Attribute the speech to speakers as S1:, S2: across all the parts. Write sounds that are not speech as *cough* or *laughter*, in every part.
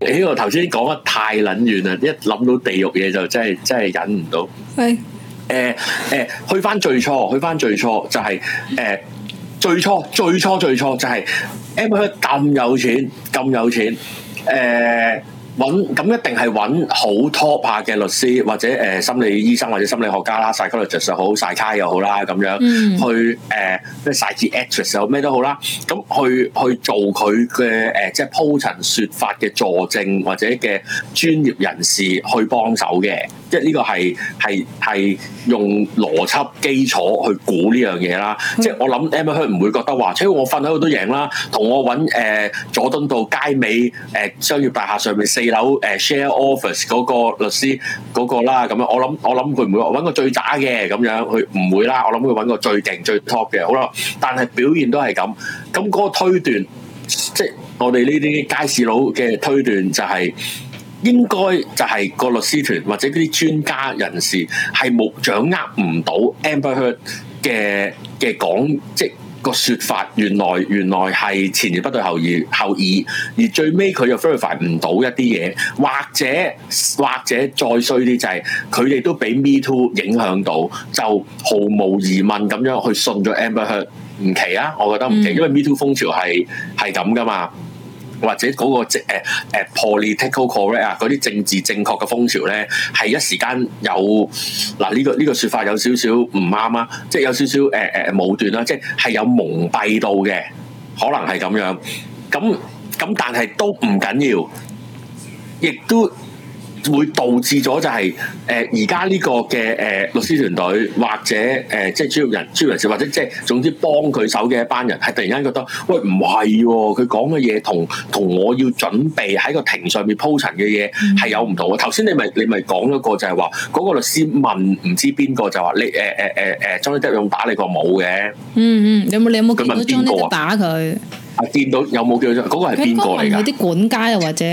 S1: 呢個頭先講得太撚遠啦，一諗到地獄嘢就真係真係忍唔到。
S2: 係
S1: 誒誒，呃去翻最初，去翻最初就係、誒、最初最初最初就係 M 香咁有錢咁有錢誒揾咁一定係揾好拖拍嘅律師或者誒、心理醫生或者心理學家啦，psychologist 又好，晒卡又好啦咁樣。
S2: 嗯
S1: 去誒咩 psychiatrist 又咩都好啦，咁去去做佢嘅誒即係鋪陳説法嘅助證或者嘅專業人士去幫手嘅，即係呢個係係係用邏輯基礎去估呢樣嘢啦。即係我諗 Emma Hurt 唔會覺得話，超我瞓喺度都贏啦，同我揾誒、呃佐敦道街尾誒、呃商業大廈上面四樓誒、呃 share office 嗰個律師嗰個啦，咁樣我諗我諗佢唔會話揾個最渣嘅咁樣，佢唔會啦，我諗佢揾個最勁最 top 嘅，好啦，但係表現都係咁，咁嗰個推斷，即係我哋呢啲街市佬嘅推斷就係、應該就係個律師團或者啲專家人士係冇掌握唔到 Amber Heard 嘅嘅講即個説法，原來原來係前言不對後語後耳，而最尾佢又 verify 唔到一啲嘢，或者或者再衰啲就係佢哋都俾 Me Too 影響到，就毫無疑問咁樣去信咗 Amber Heard，唔奇啊，我覺得唔奇，
S2: 嗯
S1: 因為 Me Too 風潮係係咁噶嘛。或者嗰、個政誒誒 political correct 啊，嗰啲政治正確嘅風潮咧，係一時間有嗱呢、個呢、個説法有少少唔啱啊，即係有少少誒誒武斷啦，即係係有蒙蔽到嘅，可能係咁樣。咁咁但係都唔緊要，亦都會導致咗就係誒而家呢個嘅誒、呃律師團隊或者誒、呃即係專業人專業人士或者即係總之幫佢手嘅一班人係突然間覺得喂唔係喎，佢講嘅嘢同同我要準備喺個庭上面鋪陳嘅嘢
S2: 嗯
S1: 係有唔同嘅。頭先你咪你咪講一個就係話嗰個律師問唔知邊個就話你誒誒誒誒 Johnny Depp 有冇打你個冇嘅，
S2: 嗯嗯，有冇你有冇見到
S1: 佢問邊
S2: Johnny
S1: 個
S2: Depp
S1: 啊
S2: 打佢？
S1: 啊見到有冇叫做嗰個係
S2: 佢
S1: 邊個嚟
S2: 應該問
S1: 㗎
S2: 佢？啲管家又或者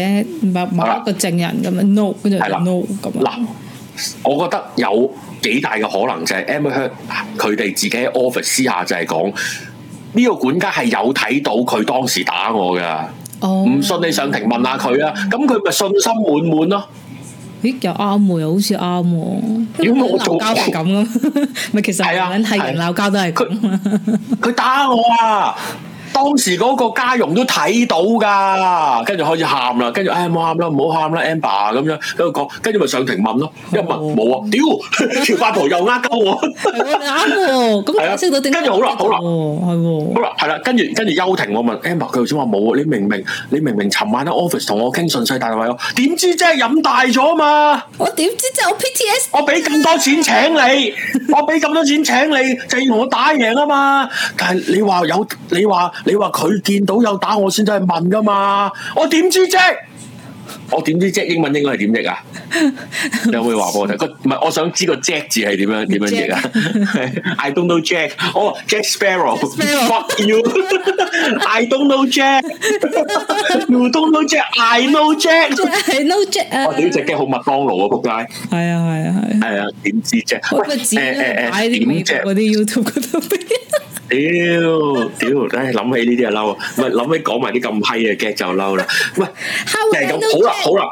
S2: 某某
S1: 係啦
S2: 一個證人咁樣 no，跟住就
S1: 係啦
S2: no 咁樣。
S1: 嗱，我覺得有幾大嘅可能就係 Amber Heard 佢哋自己喺 office 私下就係講呢個管家係有睇到佢當時打我㗎，
S2: 哦，
S1: 唔信你上庭問下佢啊，咁佢咪信心滿滿咯。
S2: 咦又啱喎，又好似啱喎。
S1: 如
S2: 因為
S1: 果我
S2: 鬧
S1: 做
S2: 交係咁 *laughs* 噶，咪其實
S1: 係啊
S2: 男人係人
S1: 係
S2: 鬧交都係咁啊。
S1: 佢打我啊！當時嗰個家傭都睇到㗎，跟住開始喊啦，跟住唉冇喊啦，唔好喊啦，Amber 啊咁樣喺度講，跟住咪上庭問咯，一問
S2: 哦
S1: 冇啊，屌 *laughs* 條八婆又呃鳩我。
S2: 係喎，你啱喎，咁
S1: 係啊
S2: 解釋到點解
S1: 跟住好啦好啦
S2: 喎，係
S1: 好
S2: 喎，
S1: 啦，係啦，跟住跟住休庭，我問 Amber，佢頭先話冇啊，你明明你明明尋晚喺 office 同我傾順勢大位咯，點知真係飲大咗嘛？
S2: 我點知就 PTS
S1: 我俾咁多錢請 *laughs* 你，我俾咁多錢請你，就要同我打贏啊嘛！但係你話有，你話你話佢見到有打我先走去問噶嘛？我點知啫？我點知啫？英文應該係點 *laughs* 譯啊？你可唔可以話俾我聽？個唔係，我想知個 Jack 字係點樣點樣譯啊 *laughs* ？I don't know Jack。哦，Jack
S2: Sparrow
S1: Sparrow，fuck *laughs* you。I don't know *laughs* Jack。You don't know Jack。I know *laughs* Jack。
S2: *laughs* 係 no jack 啊
S1: 我？屌只 g 好麥當勞啊！仆街。
S2: 係啊係啊係啊。
S1: 係啊，點知啫？
S2: 我
S1: 喂，
S2: 咪
S1: 誒
S2: 自己
S1: 誒
S2: 擺啲美
S1: 誒，點
S2: 國
S1: 啫？
S2: 嗰啲 YouTube 嗰度 *laughs* 俾人
S1: 屌屌，唉，諗起呢啲就嬲啊！唔係諗起講埋啲咁閪嘅 g 就嬲啦。喂，
S2: 敲
S1: 就係
S2: 人都
S1: 咁，好啦，
S2: check
S1: 好啦，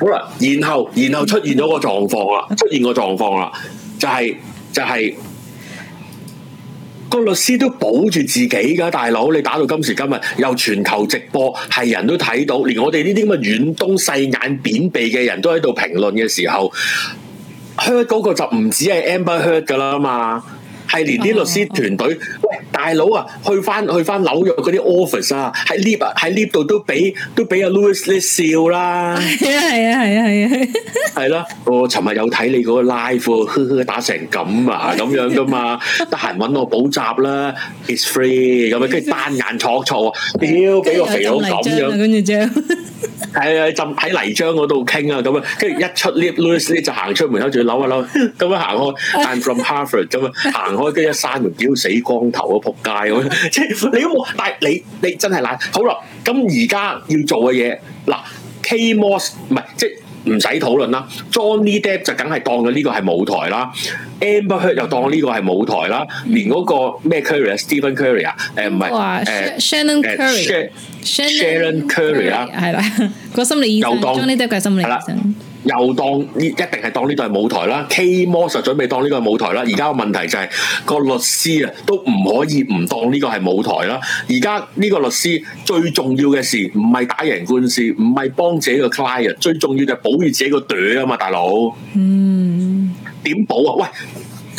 S1: 好啦，然後然後出現咗個狀況啦，出現個狀況啦，就係就係。個律師都保住自己㗎，大佬你打到今時今日，又全球直播，係人都睇到，連我哋呢啲咁嘅遠東細眼扁鼻嘅人都喺度評論嘅時候，hurt 嗰個就唔止係 Amber hurt 㗎啦嘛，係連啲律師團隊，喂大佬啊，去翻去翻紐約嗰啲 office 啊，喺 lift 啊喺 lift 度都俾都俾阿 Louis Lee 笑啦。
S2: *laughs* 係啊係啊係啊係啊。
S1: 係啦，我尋日有睇你嗰個 live，喎呵呵打成咁啊，咁樣噶嘛，得閒揾我補習啦，it's free 咁樣，啊跟住單眼錯錯，屌俾個肥佬咁
S2: 跟住有浸泥漿啊
S1: 樣，
S2: 跟住將
S1: 係啊，浸喺泥漿嗰度傾啊，咁樣，跟住一出 lift Louis 咧就行出門口，仲要扭一 *laughs* 扭，咁樣行開，I'm from Harvard 咁樣行開，跟住一閂門，屌死光頭啊，仆街咁樣，即 *laughs* 係你都冇，但係你你真係懶，好啦，咁而家要做嘅嘢嗱，K Moss 唔係即係。唔使討論啦，Johnny Depp 就梗係當咗呢個係舞台啦，Amber Heard 又當呢個係舞台啦，連嗰個咩 Curry 啊，Stephen Curry 啊，誒唔係
S2: 話
S1: 誒
S2: Shannon
S1: 誒
S2: Curry
S1: Shan- Sharon Curry 啦
S2: 係啦， *laughs* 個心理醫生
S1: 又當
S2: Johnny Depp 嘅心理醫
S1: 係啦
S2: 生，
S1: 又當呢一定係當呢度係舞台啦，K 魔就準備當呢個係舞台啦。而家個問題就係、個律師啊，都唔可以唔當呢個係舞台啦。而家呢個律師最重要嘅事唔係打贏官司，唔係幫自己個 client，最重要就係保住自己個隊啊嘛，大佬。
S2: 嗯，
S1: 點保啊？喂，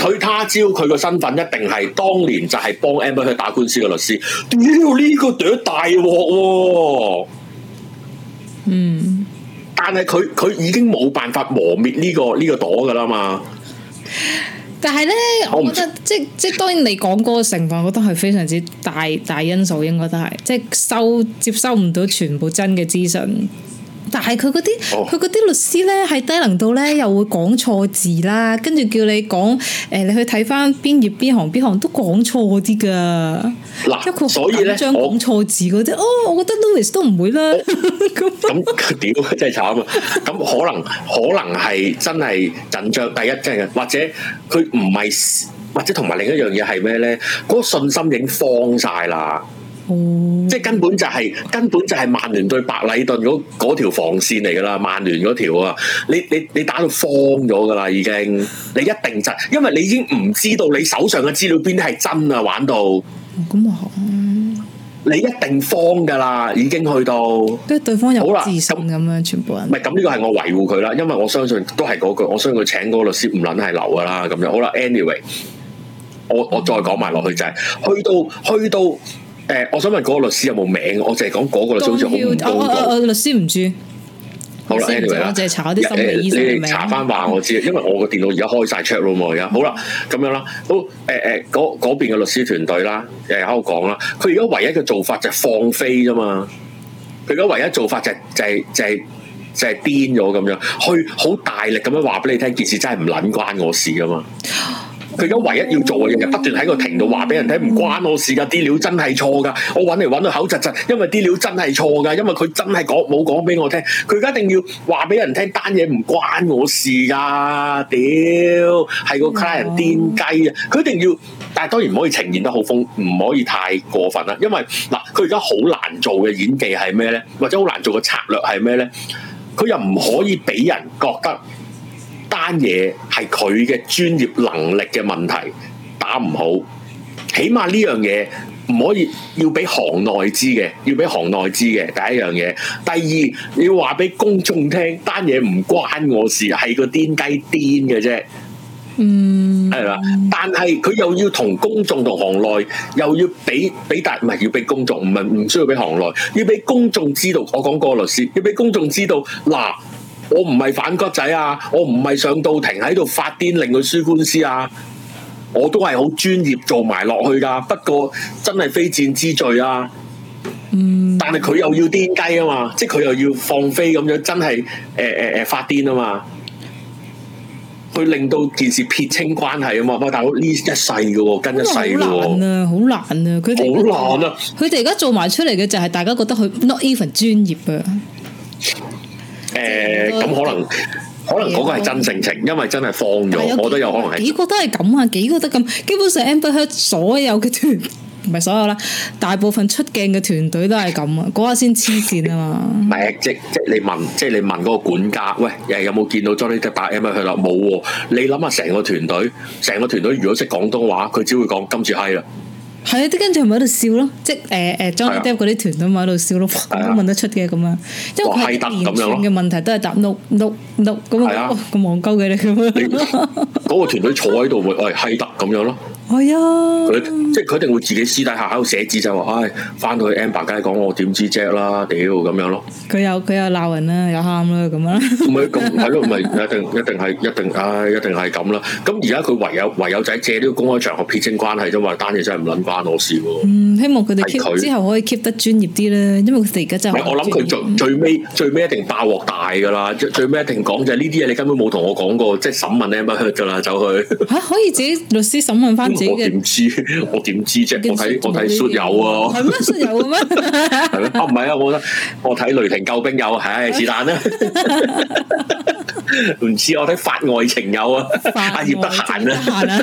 S1: 佢他朝佢個身份一定係當年就係幫 Amber 去打官司嘅律師。屌呢、個朵大鑊喎！
S2: 嗯，
S1: 但係佢佢已經冇辦法磨滅呢、個呢、個朵㗎啦嘛。
S2: 但係咧，
S1: 我唔
S2: 我覺得即即當然你講嗰個成分，我覺得係非常之大大因素，應該都係即收接收唔到全部真嘅資訊。但係佢嗰啲
S1: 哦
S2: 佢嗰啲律師咧係低能到咧，又會講錯字啦，跟住叫你講誒、你去睇翻邊頁邊行邊行都講錯啲㗎。
S1: 嗱
S2: 一
S1: 啊
S2: 括
S1: 所以咧
S2: 緊張
S1: 我
S2: 講錯字嗰啲，哦，我覺得 Louis 都唔會啦。咁
S1: 咁 *laughs* 屌真係慘啊！咁可能可能係真係緊張，第一真係，或者佢唔係，或者同埋另一樣嘢係咩咧？嗰、個信心已經慌晒啦，
S2: *laughs* 哦，
S1: 即係根本就係、根本就係曼聯對白禮頓嗰嗰條防線嚟㗎啦，曼聯嗰條啊，你你你打到慌咗㗎啦，已經，你一定就因為你已經唔知道你手上嘅資料邊啲係真啊，玩到
S2: 咁啊，
S1: 你一定慌㗎啦，已經去到。
S2: 跟住對方又
S1: 好啦
S2: 自信咁樣，全部人
S1: 唔係咁呢個係我維護佢啦，因為我相信都係嗰句，我相信佢請嗰個律師唔撚係流㗎啦，咁樣好啦。anyway，我我再講埋落去就係、去到去到誒、呃我想問嗰個律師有冇名？我淨係講嗰個律師好似好唔
S2: Don Hill，
S1: 公
S2: 哦哦
S1: 道。
S2: 哦律師唔知，
S1: 好啦
S2: 律師唔知
S1: ，anyway 啦
S2: 我淨係查啲心理醫生
S1: 誒
S2: 嘅
S1: 你
S2: 名
S1: 哋查翻話我知，因為我個電腦而家開晒 check room 喎而家好啦，咁樣啦，好誒誒嗰嗰邊嘅律師團隊啦，誒喺度講啦，佢而家唯一嘅做法就係放飛啫嘛，佢而家唯一做法就係、就係、就係、就係癲咗咁樣，去好大力咁樣話俾你聽，件事真係唔撚關我事噶嘛。佢而家唯一要做嘅嘢，就不斷喺個庭度話俾人聽，唔關我事㗎，啲料真係錯㗎。我揾嚟揾到口窒窒，因為啲料真係錯㗎，因為佢真係講冇講俾我聽。佢而家一定要話俾人聽，單嘢唔關我事㗎。屌，係個 client 癲雞啊！佢一定要，但係當然唔可以呈現得好瘋，唔可以太過分啦。因為嗱，佢而家好難做嘅演技係咩咧？或者好難做嘅策略係咩咧？佢又唔可以俾人覺得。單嘢係佢嘅專業能力嘅問題，打唔好，起碼呢樣嘢唔可以要俾行內知嘅，要俾行內知嘅第一樣嘢。第二，你要話俾公眾聽，單嘢唔關我事，係個癲雞癲嘅啫。
S2: 嗯，
S1: 係啦，但係佢又要同公眾同行內，又要俾俾大唔係要俾公眾，唔係唔需要俾行內，要俾公眾知道。我講過律師，要俾公眾知道嗱，我唔係反骨仔啊，我唔係上到庭喺度發癲令佢輸官司啊。我都係好專業做埋落去㗎，不過真係非戰之罪啊！
S2: 嗯，
S1: 但係佢又要癲雞啊嘛，即係佢又要放飛咁樣，真係誒誒誒發癲啊嘛，佢令到件事撇清關係啊嘛，喂大佬呢一世嘅喎，跟一世嘅
S2: 好難
S1: 喎，
S2: 啊，好難啊，佢哋
S1: 好難啊！
S2: 佢哋而家做埋出嚟嘅就係大家覺得佢 not even 專業啊，
S1: 誒咁可能可能嗰個係真性情，因為真係放
S2: 但
S1: 咗，
S2: 係幾
S1: 我覺得有可能係
S2: 幾個都係咁啊，幾個都咁，基本上 Amber Heard 所有嘅團唔係所有啦，大部分出鏡嘅團隊都係咁啊，嗰下先黐線啊嘛。
S1: 唔係即即你問即你問嗰個管家，喂誒有冇見到 Johnny Depp 打 M 去啦？冇喎，你諗下成個團隊，成個團隊如果識廣東話，佢只會講今次閪啦。
S2: 係啊，啲跟住咪喺度笑咯，即係誒誒 Johnny
S1: 係啊
S2: Depp 嗰啲團都咪喺度笑咯，
S1: 啊
S2: 咁都問得出嘅咁啊，因為
S1: 哇
S2: 佢
S1: 係得
S2: 係一連
S1: 咁樣
S2: 串
S1: 咯
S2: 嘅問題都係答 no no no 咁
S1: 係啊
S2: 啊，哇咁戇鳩嘅你咁
S1: 你
S2: *laughs* 樣，
S1: 嗰個團隊坐喺度會，喂閪得咁樣咯。
S2: 係啊，
S1: 佢即係佢一定會自己私底下喺度寫字就話，唉，翻到去 Amber 街講我點知啫啦，屌咁樣咯，
S2: 佢又佢又鬧人啦，又喊啦咁 *laughs* 啊，
S1: 唔係咁係咯，唔係一定一定係一定，唉，一定係咁啦。咁而家佢唯有唯有就係借呢個公開場合撇清關係啫嘛，單嘢真係唔撚關我事喎。
S2: 嗯，希望佢哋
S1: 係
S2: keep
S1: 佢
S2: 之後可以 keep 得專業啲啦，因為佢哋而家真
S1: 唔
S2: 係
S1: 係我諗佢最最尾最尾一定爆鑊大㗎啦，最最尾一定講就係呢啲嘢你根本冇同我講過，即係審問 Amber Heard 㗎啦，走去。
S2: 嚇可以自己律師審問翻自
S1: *laughs*
S2: 己
S1: 我
S2: 嘅
S1: 點知？我點知啫？我睇我睇 s 有啊。
S2: 係咩 s 有嘅咩？ *laughs*
S1: 哦係咩？啊，唔係啊，我覺得我睇雷霆救兵有，唉，是但啦。唔知我睇法外情有啊，阿葉德閒
S2: 得 *laughs*
S1: 啊。
S2: 閒啊，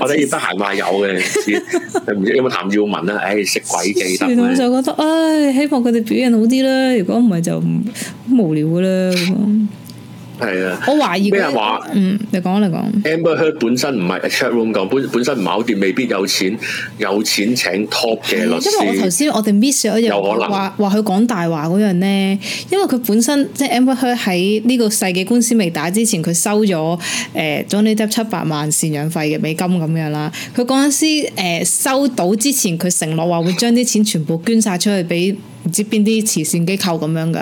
S1: 我覺得葉德閒話有嘅，唔知唔知有冇譚耀文啊？唉，識鬼記得啊
S2: 算啦，我
S1: 嘅。
S2: 就覺得，唉，希望佢哋表現好啲啦。如果唔係就唔好無聊噶啦。咁樣
S1: 係啊
S2: 我懷疑佢
S1: 咩人話
S2: 嗯，你講你講，
S1: ，Amber Heard 本身唔係 chat room 講，本本身唔係好掂，未必有錢，有錢請 top 嘅
S2: 啊
S1: 律
S2: 因為我頭
S1: 師。
S2: 先我哋 miss 咗一樣
S1: 有可能
S2: 話話佢講大話嗰樣咧，因為佢本身即係 Amber Heard 喺呢個世紀官司未打之前，佢收咗誒 Johnny Depp 七百萬贍養費嘅美金咁樣啦。佢嗰陣時誒收到之前，佢承諾話會將啲錢全部捐晒出去俾唔知邊啲慈善機構咁樣㗎。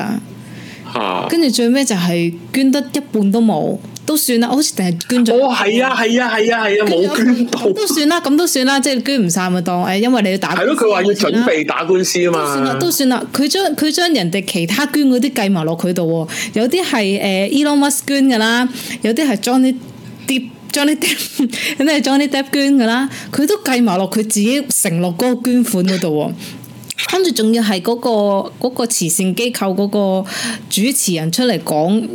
S1: 嚇！
S2: 跟住最尾就係捐得一半都冇，都算啦，好似定係捐咗。
S1: 哦，係啊，係啊，係啊，係啊，冇捐到。
S2: 都算啦，咁都算啦，即係捐唔晒咪當誒，因為你要打
S1: 係
S2: 官司。
S1: 咯，佢話要準
S2: 算啦。
S1: 備打官司啊
S2: 都算啦，
S1: 嘛。
S2: 都算啦。佢將佢將人哋其他捐嗰啲計埋落佢度喎，有啲係誒 Elon Musk 捐㗎啦，有啲係 Johnny Depp Johnny Depp *laughs* 有啲係 Johnny Depp 捐㗎啦，佢都計埋落佢自己承諾嗰個捐款嗰度喎。跟住仲要係嗰、個嗰個慈善機構嗰個主持人出嚟講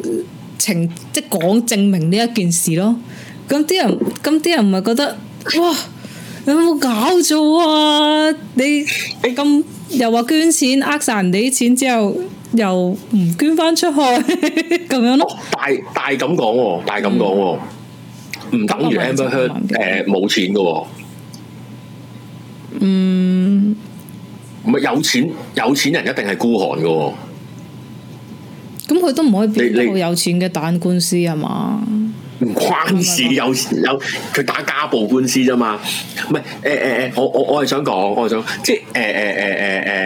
S2: 情，即係講證明呢一件事咯。咁啲人，咁啲人咪覺得哇，有冇搞錯啊？你
S1: 哎
S2: 你咁又話捐錢呃晒人哋啲錢之後，又唔捐翻出去 *laughs* 咁樣咯。
S1: 哦大大咁講喎，大咁講喎，唔等於
S2: 嗯咁我
S1: Amber
S2: 咪就
S1: Heard
S2: 咁講
S1: 誒冇錢嘅喎。
S2: 嗯，
S1: 唔係有錢，有錢人一定係孤寒嘅喎。
S2: 咁佢都唔可以變
S1: 你
S2: 得
S1: 你
S2: 好有錢嘅打官司係嘛？
S1: 唔關事，有有佢打家暴官司啫嘛，唔係誒誒誒，我我我係想講，我係想即係誒誒誒誒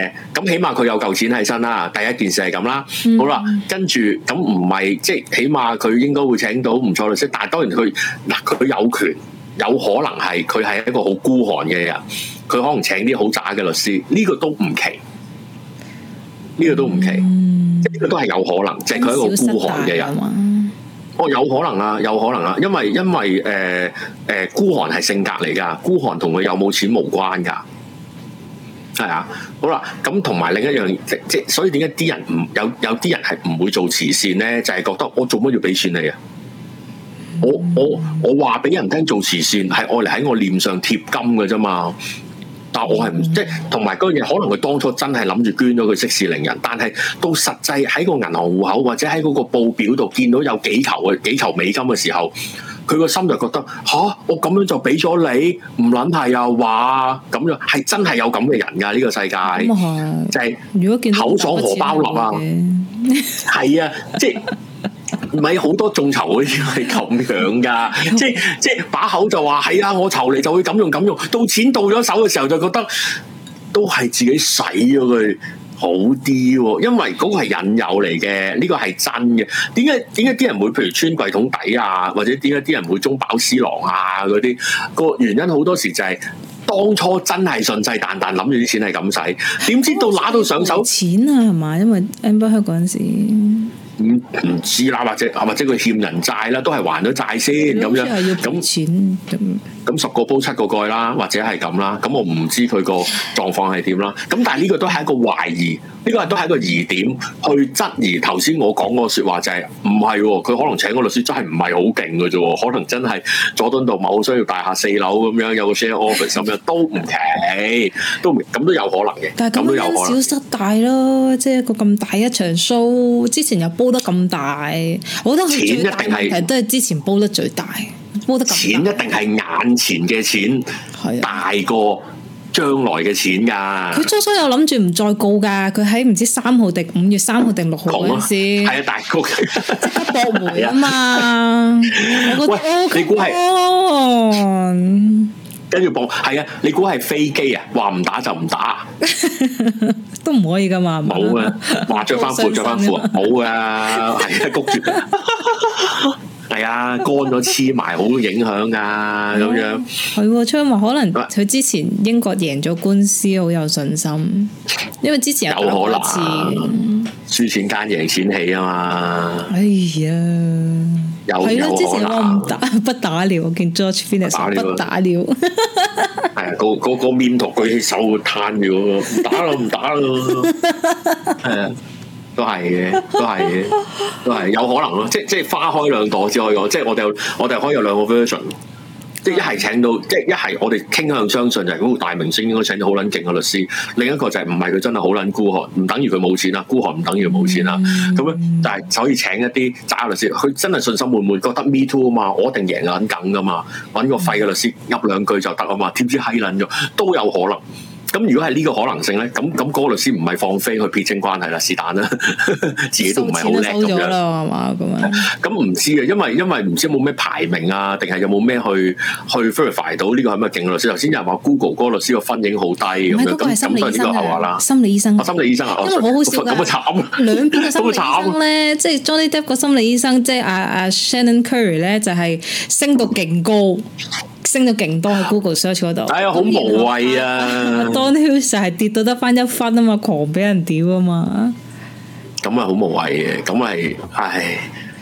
S1: 誒，咁起碼佢有嚿錢喺身啦，第一件事係咁啦，
S2: 嗯
S1: 好啦，跟住咁唔係即係起碼佢應該會請到唔錯律師，但係當然佢嗱佢有權，有可能係佢係一個好孤寒嘅人，佢可能請啲好渣嘅律師，呢個都唔奇，呢個都唔奇，即係呢個都係有可能，即係佢係一個孤寒嘅人
S2: 嗯小失。大啊嘛。
S1: 哦，有可能啊，有可能啊，因為因為誒誒、呃呃孤寒係性格嚟㗎，孤寒同佢有冇錢無關㗎。係啊，好啦，咁同埋另一樣，即即所以點解啲人唔有有啲人係唔會做慈善咧？就係、覺得我做乜要俾錢你啊？我我我話俾人聽做慈善係愛嚟喺我臉上貼金㗎啫嘛。但我係唔即係同埋嗰樣嘢，可能佢當初真係諗住捐咗佢息事寧人，但係到實際喺個銀行戶口或者喺嗰個報表度見到有幾球嘅幾球美金嘅時候，佢個心就覺得吓、我咁樣就俾咗你，唔撚係又話咁樣，係真係有咁嘅人㗎呢、個世界，
S2: 咁啊係
S1: 就係、
S2: 如果見到
S1: 口爽荷包立啊係啊，即係。唔係好多眾籌嗰啲係咁樣噶，即係即係把口就話係啊，我籌嚟就會咁用咁用，到錢到咗手嘅時候就覺得都係自己使咗佢好啲喎，因為嗰個係引誘嚟嘅，呢個係真嘅。點解點解啲人會譬如穿櫃桶底啊，或者點解啲人會中飽私囊啊嗰啲？個原因好多時就係、當初真係信誓旦旦諗住啲錢係咁使，點知到揦到上手
S2: 錢啊係嘛？因為 Amber Heard 嗰陣時
S1: 唔唔知啦，或者啊或者佢欠人債啦，都係還咗債先咁
S2: 好似係要
S1: 樣，
S2: 賠
S1: 咁
S2: 錢咁。
S1: 咁十個煲七個蓋啦，或者係咁啦，咁我唔知佢個狀況係點啦。咁但係呢個都係一個懷疑，呢個都係一個疑點去質疑頭先我講嗰個説話就係唔係喎？佢可能請個律師真係唔係好勁嘅啫喎，可能真係佐敦道某商業大廈四樓咁樣有個 share office
S2: *laughs*
S1: 咁樣都唔奇，都唔咁都有可能嘅，
S2: 但係
S1: 咁
S2: 咁
S1: 都有可能
S2: 樣因。小失大咯，即係一個咁大一場 show，之前又煲得咁大，我覺得佢最大
S1: 錢一定係
S2: 問題都係之前煲得最大，煲得咁
S1: 錢一
S2: 大，
S1: 定係眼前嘅錢
S2: 係啊！
S1: 大過將來嘅錢
S2: 佢
S1: 㗎。
S2: 初初有諗住唔再告㗎，佢喺唔知三號定五月三號定六號
S1: 講
S2: 嗰
S1: 咯，
S2: 陣時
S1: 係啊，大哥。 *laughs*
S2: 即刻駁回啊嘛，我覺得
S1: 啊喂
S2: 哦
S1: 你估係
S2: come on，
S1: 跟住播係啊！你估係飛機啊？話唔打就唔打，
S2: 都唔可以㗎嘛，係嘛
S1: 冇啊！話着翻褲着翻褲啊，冇啊！係啊，谷住係啊，乾咗黐埋，好影響噶咁樣。
S2: 係喎，昌話可能佢之前英國贏咗官司，好有信心，因為之前有打過一次
S1: 有可能輸錢奸贏錢起啊嘛，
S2: 哎呀，
S1: 有
S2: 係
S1: 有
S2: 咯，之
S1: 可
S2: 前我唔
S1: 能啊
S2: 打 *laughs* 不打了，我見 George Phoenix
S1: 不打了
S2: 不打了，
S1: 係啊！個個個面圖舉起手攤住嗰個，唔打啦唔打啦，係啊！都係嘅，都係嘅，都係有可能咯。即即係花開兩朵，只可以講，即係我哋有我哋可以有兩個 version。即係一係請到，即係一係我哋傾向相信就係嗰個大明星應該請到好撚勁嘅律師，另一個就係唔係佢真係好撚孤寒，唔等於佢冇錢啦，孤寒唔等於佢冇錢啦。啊咁樣、但係可以請一啲渣律師，佢真係信心滿滿，覺得 me too 啊嘛，我一定贏撚緊噶嘛，揾個廢嘅律師噏兩句就得啊嘛，點知閪撚咗都有可能。咁如果係呢個可能性咧，咁咁嗰個律師唔係放飛去撇清關係啦，是但啦， *laughs* 自己都唔係好叻
S2: 收
S1: 咁
S2: 咗
S1: 樣。哦
S2: 啦，係嘛咁樣。
S1: 咁唔知啊嘅，因為因為唔知有冇咩排名啊，定係有冇咩去去 verify 到呢個係咪勁嘅律師？頭先有人話 Google 嗰個律師個分影好低咁
S2: 唔係
S1: 樣，
S2: 嗰個
S1: 咁
S2: 係心
S1: 咁
S2: 理
S1: 當然
S2: 醫
S1: 呢個
S2: 生
S1: 後話啦
S2: 啊，。心理醫生
S1: 啊，。心理醫生啊，
S2: 因為好好笑
S1: 咁
S2: 㗎
S1: 啊慘啊！
S2: 兩邊嘅心理醫
S1: 咁啊
S2: 生咧，即係 Johnny Depp 個心理醫生，即係阿阿 Shannon Curry 咧，就係升到勁高，升到勁多喺 Google search 嗰度。
S1: 啊哎呀，好無謂啊！
S2: *laughs* Don Hughes 就係跌到得翻一分啊嘛，狂俾人屌啊嘛。
S1: 咁啊，好無謂嘅，咁係唉，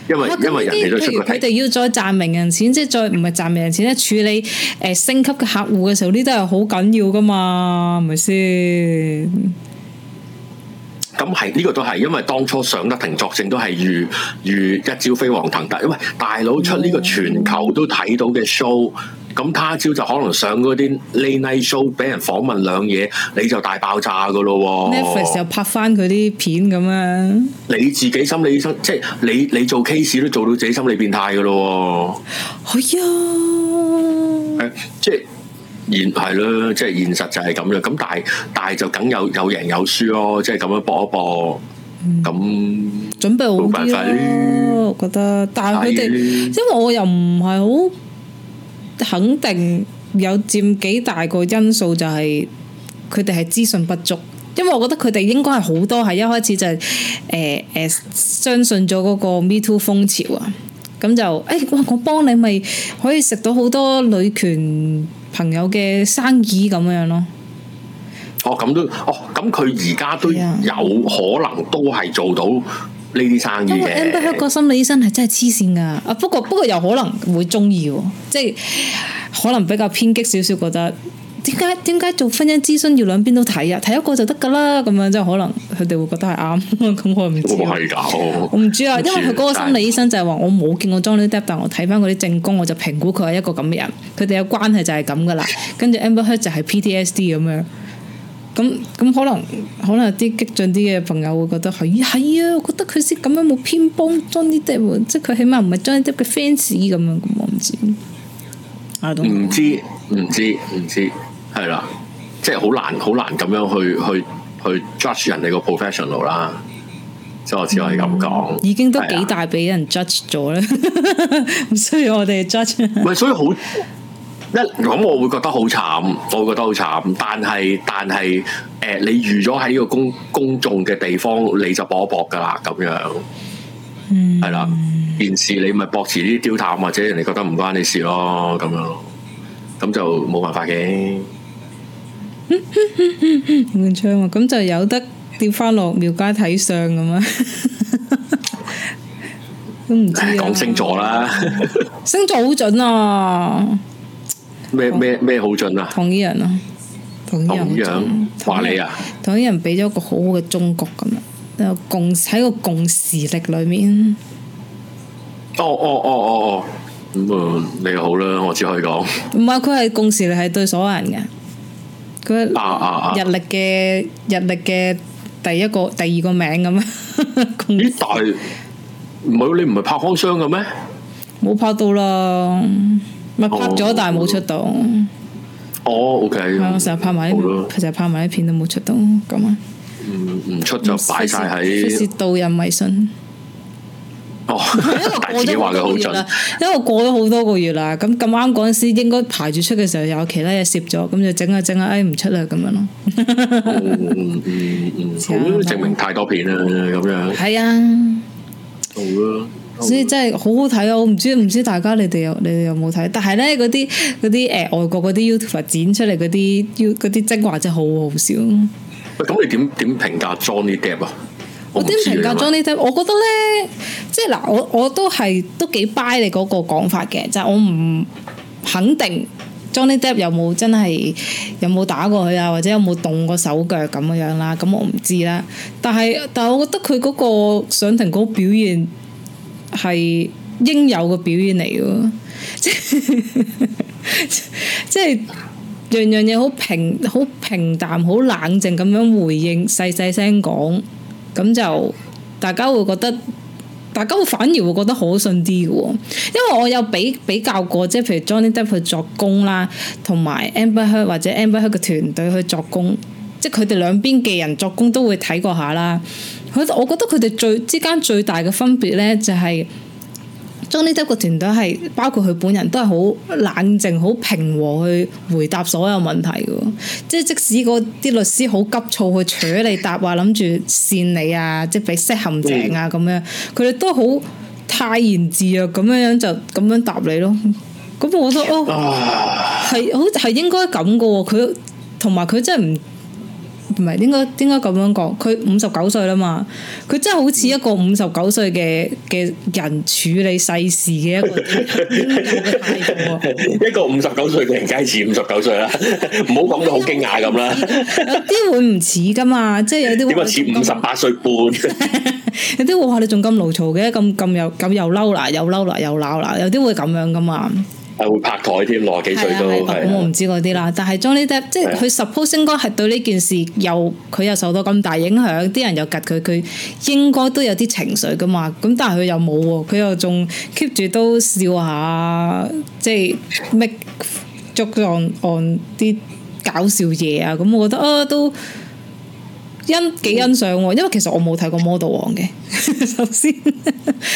S1: 因為
S2: 啊咁
S1: 因為人哋都
S2: 呢啲
S1: 出
S2: 譬如
S1: 過
S2: 佢
S1: 題，
S2: 哋要再賺名人錢，即係再唔係賺名人錢咧，處理誒升級嘅客戶嘅時候，呢都係好緊要噶嘛，係咪先？
S1: 咁係呢個都係，因為當初上得庭作證都係遇遇一朝飛黃騰達，因為大佬出呢個全球都睇到嘅 show。咁他朝就可能上嗰啲 late night show，俾人訪問兩嘢，你就大爆炸噶咯喎。
S2: Netflix 又拍翻佢啲片咁樣，
S1: 你自己心理醫生，即係你你做 case 都做到自己心理變態噶咯
S2: 係啊
S1: 喎。誒即係現係咯，即係現實就係咁樣。咁但係但係就梗有有贏有輸咯，即係咁樣搏一搏。咁、
S2: 準備好
S1: 冇辦
S2: 啲
S1: 法
S2: 咯，我覺得。但係佢哋，
S1: 係
S2: 因為我又唔係好肯定有佔幾大個因素就係佢哋係資訊不足。因為我覺得佢哋應該係好多係一開始就係誒誒相信咗嗰個 Me Too 風潮啊，咁就誒、哇！我幫你咪可以食到好多女權朋友嘅生意咁樣咯。
S1: 哦咁都哦咁佢而家都有
S2: 係啊
S1: 可能都係做到呢啲生意
S2: 因為 Amber Heard
S1: 嘅。
S2: 個心理醫生係真係黐線㗎，啊不過不過又可能會中意喎，即係可能比較偏激少少，覺得點解點解做婚姻諮詢要兩邊都睇啊？睇一個就得㗎啦，咁樣即係可能佢哋會覺得係啱，咁我唔知
S1: 會唔
S2: 喎。
S1: 會係㗎？
S2: 我唔知啊，
S1: 唔
S2: 因為佢嗰個心理醫生就係話我冇見過 Johnny Depp，但我睇翻嗰啲證供，我就評估佢係一個咁嘅人，佢哋嘅關係就係咁噶啦。跟住 Amber Heard 就係 PTSD 咁樣。咁咁可能可能有啲激進啲嘅朋友會覺得係係啊，我覺得佢先咁樣冇偏幫 Johnny Depp，喎即係佢起碼唔係 Johnny Depp 嘅 fans 咁樣，咁我唔知。I don't know
S1: 唔知唔知唔知，係啦，即係好難好難咁樣去去去 judge 人哋個 professional 啦，所以我只可以咁講。
S2: 嗯已經都
S1: 係啊
S2: 幾大俾人 judge 咗啦， *laughs* 唔需要我哋 judge。
S1: 唔係，所以好一咁，我會覺得好慘，我會覺得好慘。但係但係誒、呃你預咗喺呢個公公眾嘅地方，你就搏一搏㗎啦，咁樣。嗯，係啦，件事你咪博遲啲丟淡，或者人哋覺得唔關你事咯，咁樣咯，咁就冇辦法嘅。
S2: 換槍喎，咁就有得掉翻落廟街睇相咁 *laughs* 啊！都唔知啊。
S1: *laughs* 講星，座
S2: *laughs*
S1: 啦，
S2: 星座好準啊！
S1: 咩咩咩好準啊，
S2: 唐衣人啊，唐衣人好
S1: 咁樣
S2: 準。
S1: 話你啊，
S2: 唐衣人俾咗一個好好嘅中國咁啊，有共喺個共時力裏面，
S1: 哦哦哦哦哦，咁啊你好啦，我只可以講
S2: 唔係佢係共時力係對所有人嘅，佢
S1: 啊啊啊
S2: 日！曆嘅日曆嘅第一個第二個名 *laughs* 咁啊，共
S1: 咦，但係唔係你唔係拍開箱嘅咩？
S2: 冇拍到啦，咪拍咗
S1: 哦
S2: 但係冇出到。
S1: 哦，OK，
S2: 係我成日拍埋
S1: 好
S2: 啲
S1: 咯，
S2: 片，成日拍埋啲片都冇出到咁啊！
S1: 唔唔出就擺晒
S2: 嗯費事
S1: 喺
S2: 導人
S1: *laughs*
S2: 迷信， *laughs*
S1: 哦
S2: 因為，
S1: 但
S2: 過
S1: 自己
S2: 咗
S1: 話
S2: 好
S1: 佢
S2: 多
S1: 好
S2: 個月
S1: 準
S2: 啦，，因為過咗好多個月啦，咁咁啱嗰陣時應該排住出嘅時候有其他嘢攝咗，咁就整下整下，哎唔出啦咁樣咯。
S1: *laughs* 嗯嗯嗯
S2: *laughs*
S1: 嗯，好
S2: 試下啦
S1: 證明太多片啦，咁樣
S2: 係啊，
S1: 好啦。
S2: 所以真係好好睇啊！我唔知唔知大家你哋有你哋有冇睇？但係咧嗰啲嗰啲誒外國嗰啲 YouTuber 剪出嚟嗰啲 You 嗰啲精華真係好好笑。
S1: 喂，咁你點點評價 Johnny Depp 啊？
S2: 我
S1: 唔
S2: 點
S1: 知啊
S2: 評價
S1: 因為
S2: Johnny Depp？我覺得咧，即係嗱，我我都係都幾 buy 你嗰個講法嘅，就係我唔肯定 Johnny Depp 有冇真係有冇打過佢啊，或者有冇動過手腳咁樣樣啦？咁我唔知啦。但係但係，我覺得佢嗰個上庭嗰個表現係應有嘅表現嚟嘅，即係即係樣樣嘢好平好平淡、好冷靜咁樣回應，細細聲講，咁就大家會覺得。大家會反而會覺得可信啲嘅喎，因為我有比比較過，即係譬如 Johnny Depp 去作供啦，同埋 Amber Heard 或者 Amber Heard 嘅團隊去作供，即係佢哋兩邊嘅人作供都會睇過下啦。佢我覺得佢哋最之間最大嘅分別咧，就係、Johnny Depp 個團隊係包括佢本人都係好冷靜、好平和去回答所有問題嘅喎，即係即使嗰啲律師好急躁去扯你答話，諗住扇你啊，即係俾 set 陷阱啊咁樣，佢哋都好泰然自若咁樣樣就咁樣答你咯。咁我覺得哦，
S1: 啊， *laughs*
S2: 係好係應該咁嘅喎，佢同埋佢真係唔唔係應該應該咁樣講，佢五十九歲啦嘛，佢真係好
S1: 嗯
S2: 似一個五十九歲嘅嘅人處理世事嘅
S1: *laughs*
S2: 一個應有嘅態度喎。
S1: 一個五十九歲嘅人，梗係似五十九歲
S2: *laughs*
S1: 啦，唔好講到好驚訝咁啦。
S2: 有啲會唔似噶嘛，即係有啲會
S1: *laughs* 點解似五十八歲半？
S2: *laughs* 有啲會話你仲咁勞嘈嘅，咁咁又咁又嬲啦，又嬲啦，又鬧啦，有啲會咁樣噶嘛。
S1: 係會拍台添，六十幾歲
S2: 係啊
S1: 都
S2: 係啊咁我
S1: 係
S2: 唔知嗰啲啦。但係 Johnny Depp 即
S1: 係
S2: 係
S1: 啊
S2: 佢 suppose 應該係對呢件事又佢又受到咁大影響，啲人又及佢，佢應該都有啲情緒噶嘛。咁但係佢又冇喎，佢又仲 keep 住都笑下，即係 make 足on on 啲搞笑嘢啊。咁我覺得
S1: 嗯
S2: 啊都。欣幾欣賞喎，因為其實我冇睇過《魔盜王》嘅， *laughs* 首先，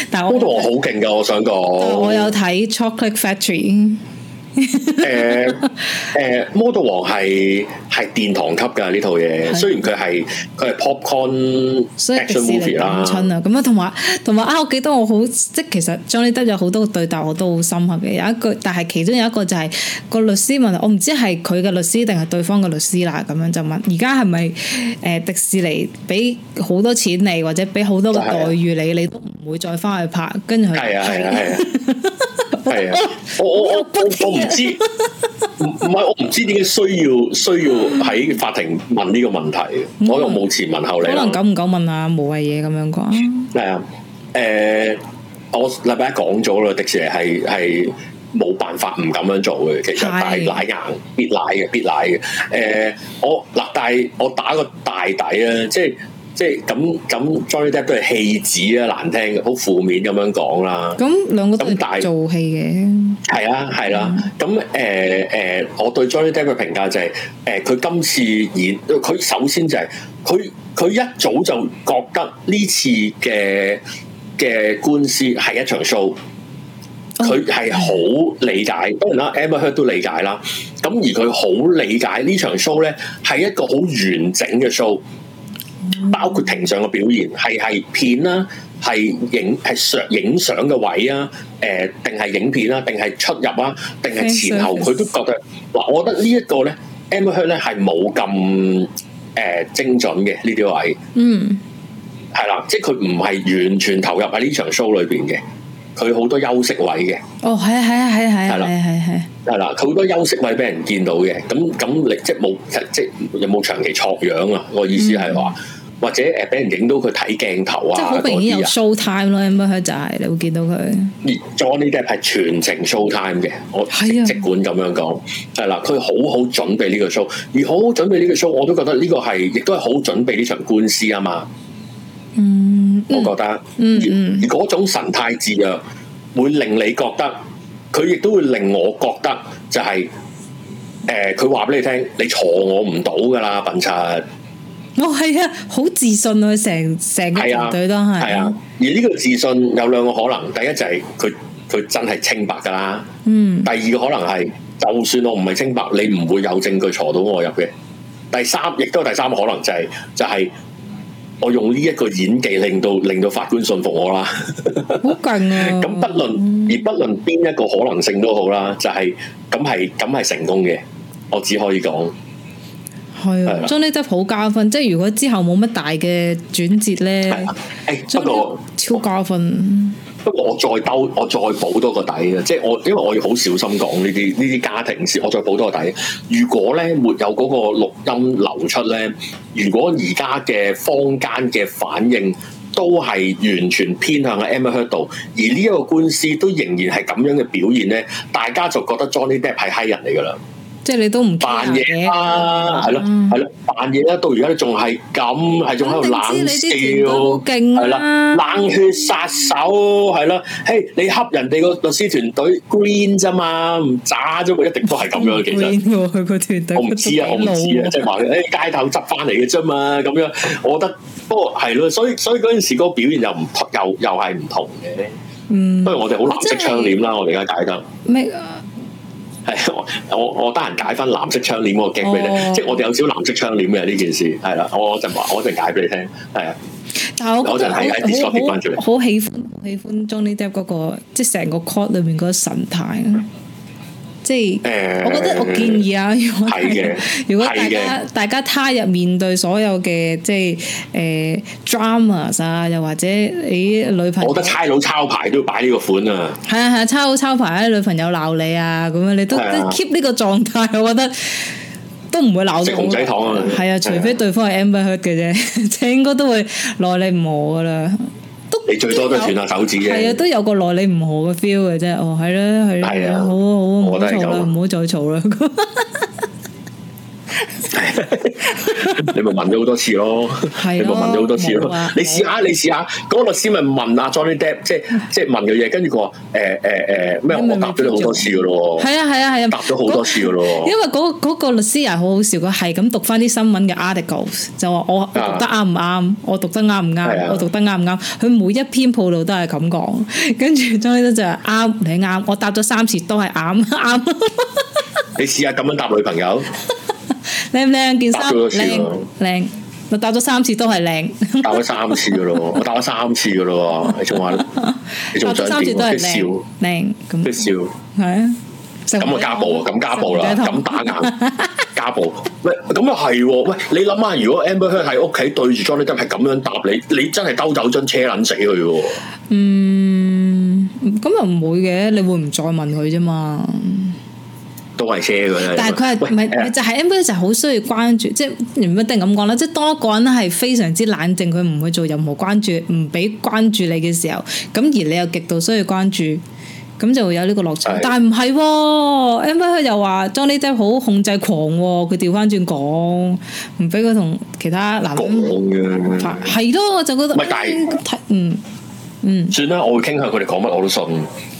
S2: 但係
S1: 嗰度
S2: 我
S1: 我好勁㗎，我想
S2: 但係
S1: 講。
S2: 我有睇《Chocolate Factory》，
S1: *laughs* 誒誒，魔盜王係係殿堂級㗎呢套嘢，
S2: 係
S1: 雖然佢係佢係 popcorn
S2: 所以迪士
S1: action
S2: 尼
S1: movie 啦
S2: 咁，春啊，咁啊同埋同埋啊，我記得我好即係其實 Johnny Depp 有好多個對答我都好深刻嘅，有一句但係其中有一個就係、個律師問我唔知係佢嘅律師定係對方嘅律師啦，咁樣就問而家係咪誒迪士尼俾好多錢你或者俾好多嘅待遇你，你都唔會再翻去拍，跟住佢
S1: 啊係啊係啊係啊。係啊，我我我
S2: *laughs*
S1: 我
S2: 啊
S1: 我唔知，唔唔係我唔知點解需要需要喺法庭問呢個問
S2: 嗯
S1: 題，我又冇前文後理
S2: 可
S1: 啦
S2: 能。久唔久問下無謂嘢咁樣啩。
S1: 係啊，誒，我禮拜一講咗啦，迪士尼係係冇辦法唔咁樣做嘅，其實
S2: 係
S1: 但係奶硬必奶嘅，必奶嘅。誒、我嗱，但係我打個大底啊，即係即係咁咁，Johnny Depp 都係戲子啊，難聽嘅，好負面咁樣講啦。
S2: 咁兩個都
S1: 咁大
S2: 係做戲嘅，
S1: 係啊，係啦、咁誒誒，我對 Johnny Depp 嘅評價就係、誒，佢、今次演，佢首先就係佢佢一早就覺得呢次嘅嘅官司係一場 show。佢
S2: 哦
S1: 係好理解，當然啦，Amber Heard 都理解啦。咁而佢好理解呢場 show 咧，係一個好完整嘅 show，包
S2: 嗯
S1: 括庭上嘅表現，係係片啦，係影係相影相嘅位啊，誒、定係影片啦，定係出入啊，定係前後，
S2: Fan service
S1: 佢都覺得嗱，我覺得呢一個咧，Amber Heard 咧係冇咁誒精準嘅呢啲位。
S2: 嗯，
S1: 係啦，即係佢唔係完全投入喺呢場 show 裏邊嘅，佢好多休息位嘅，
S2: 哦，係啊，係啊，係啊，係啊
S1: 係啦
S2: 係啊，係啊係啊，
S1: 係啦，佢好多休息位俾人見到嘅，咁咁你即係冇即係有冇長期錯樣啊？我意思係話，或者誒俾人影到佢睇鏡頭
S2: 嗯即係好
S1: 啊嗰
S2: 明顯有
S1: 啲啊，
S2: show time 咯，Amber Heard 就係你會見到佢。
S1: 而 Johnny Depp 係全程 show time 嘅，我
S2: 係啊
S1: 即管咁樣講，係啦，佢好好準備呢個 show，而好好準備呢個 show，我都覺得呢個係亦都係好準備呢場官司啊嘛。
S2: 嗯，
S1: 我覺得，
S2: 嗯
S1: 而
S2: 嗯
S1: 而嗰種神態自若，會令你覺得，佢亦都會令我覺得、就係誒佢話俾你聽，你坐我唔到噶啦，笨柒，
S2: 我係啊，好自信啊，成成個
S1: 係啊，
S2: 團隊都係。
S1: 係啊，，而呢個自信有兩個可能，第一就係佢佢真係清白噶啦，
S2: 嗯，
S1: 第二個可能係，就算我唔係清白，你唔會有證據坐到我入嘅。第三，亦都係第三個可能就係、就係、我用呢一個演技令到令到法官信服我啦。
S2: 好勁
S1: *laughs*
S2: 啊！
S1: 咁不論而不論邊一個可能性都好啦，就係咁係咁係成功嘅，我只可以講
S2: 係
S1: 係
S2: 啊
S1: 啦
S2: ，Johnny Depp 好加分，即係如果之後冇乜大嘅轉折
S1: 係
S2: 咧嗯
S1: 啊。誒不過
S2: ，Johnny Depp 超加分。
S1: 不過我再兜，我再補多個底啊！即係我，因為我要好小心講呢啲呢啲家庭事，我再補多個底。啊如果咧沒有嗰個錄音流出咧，如果而家嘅坊間嘅反應都係完全偏向喺 Amber Heard 度，而呢一個官司都仍然係咁樣嘅表現咧，大家就覺得 Johnny Depp 係閪人嚟㗎啦。
S2: 即係你都唔
S1: 扮
S2: care
S1: 嘢啦，係咯
S2: 嗯
S1: 係咯，扮嘢啦，到而家都仲係咁，係仲喺度
S2: 肯定
S1: 冷
S2: 知你啲團隊好
S1: 笑，
S2: 勁啦啊
S1: 係啦，冷血殺手係啦，嘿，你恰人哋個律師團隊 green 啫嘛，唔渣啫嘛，一定都係咁樣嘅其實。
S2: 實佢個團隊
S1: 我唔知啊，我唔知啊，即係話佢誒街頭執翻嚟嘅啫嘛，咁樣，我覺得不過係咯，所以所以嗰陣時嗰個表現又唔同，又又係唔同嘅。
S2: 嗯
S1: 不，過我哋好藍色
S2: 我真係
S1: 窗簾啦，我哋而家解得。
S2: 咩
S1: 係我我我得閒解翻藍色窗簾嗰個 gag 俾你，
S2: 哦
S1: 即係我哋有少藍色窗簾嘅呢件事，係啦，我我陣話我陣解俾你聽，係啊，
S2: 但係我覺得
S1: 我就係喺 Discord 貼返出嚟
S2: 好好好喜歡好喜歡 Johnny Depp 嗰、個即係成個 court 裏面嗰個神態啦，即係、
S1: 誒
S2: 我覺得我建議啊，如果大
S1: 係嘅
S2: 如果大家
S1: 係
S2: 大家他日面對所有嘅即係誒 dramas 啊，又或者你女朋
S1: 我覺
S2: 友
S1: 得。差佬抄牌都要擺呢個款啊，
S2: 係啊係啊，抄抄牌女朋友鬧你啊，咁樣你都
S1: 係啊
S2: 都 keep 呢個狀態，我覺得都唔會鬧
S1: 食
S2: 到。
S1: 熊仔糖啊
S2: 係啊，除非對方係 Amber Heard 嘅啫， *laughs* 即係應該都會耐你唔我噶啦。都
S1: 你最多都係斷下手指啫
S2: 係啊，都有個耐你唔我嘅 feel 嘅啫。哦，係啦，係啦，
S1: 係啊
S2: 好啊，好啊，唔好
S1: 我覺得係
S2: 嘈
S1: 咁
S2: 啦，
S1: 啊
S2: 唔好再嘈啦。
S1: *laughs* 你咪問咗好多次咯，
S2: 係
S1: 你咪
S2: 咯
S1: 問咗好多次
S2: 冇
S1: 咯
S2: 啊，
S1: 你試下你試下，嗰個律師咪問阿 Johnny Depp，即係即係問佢嘢，跟住佢話誒誒誒咩，
S2: 你咪
S1: 我答咗你好多次噶咯喎，
S2: 係啊，係啊，係啊，
S1: 哦答咗好多次噶咯喎
S2: 因。為嗰、嗰個律師又好好笑，佢係咁讀翻啲新聞嘅 articles，就話我我讀得啱唔啱，我讀得啱唔
S1: 啊係啊
S2: 啱，我讀得啱唔啱。佢每一篇報道都係咁講， *laughs* 跟住張呢就係啱你啱，我答咗三次都係啱啱。 *laughs*
S1: 你試下咁樣答女朋友，
S2: 靚唔靚件
S1: 答
S2: 衫？
S1: 咗多次
S2: 靚
S1: 咯
S2: 靚，我答咗三次都係靚，
S1: 答咗三次噶
S2: *laughs*
S1: 咯喎，我答咗三次噶咯喎，你仲話你
S2: 答
S1: 仲
S2: 咗
S1: 想
S2: 三次
S1: 點
S2: 都
S1: 啊？
S2: 係
S1: 即係笑
S2: 靚。靚
S1: 即
S2: 咁
S1: 係笑。
S2: 係啊。食
S1: 咁啊家暴啊，咁家暴啦，
S2: 食唔
S1: 咁
S2: 食
S1: 打硬家暴。喂，咁啊係喎，喂，你諗下，如果 Amber Heard 喺屋企對住 Johnny Depp 係咁樣答你，你真係兜酒樽車撚死佢喎。
S2: 嗯，咁又唔會嘅，你會唔再問佢啫嘛？
S1: 都係車㗎啦。
S2: 但係佢係唔
S1: 喂哎
S2: 係就係 NBA 就係好需要關注，即係唔一定咁講啦。即係當一個人係非常之冷靜，佢唔會做任何關注，唔俾關注你嘅時候，咁而你又極度需要關注，咁就會有呢個落差
S1: 係。
S2: 但係唔係喎，NBA 又話 Johnny Depp 好控制狂喎，佢調翻轉講，唔俾佢同其他男
S1: 講
S2: 人
S1: 嘅，
S2: 拍，係咯，我就覺得
S1: 唔係但係
S2: 嗯睇嗯嗯
S1: 算啦，我會傾向佢哋講乜我都信。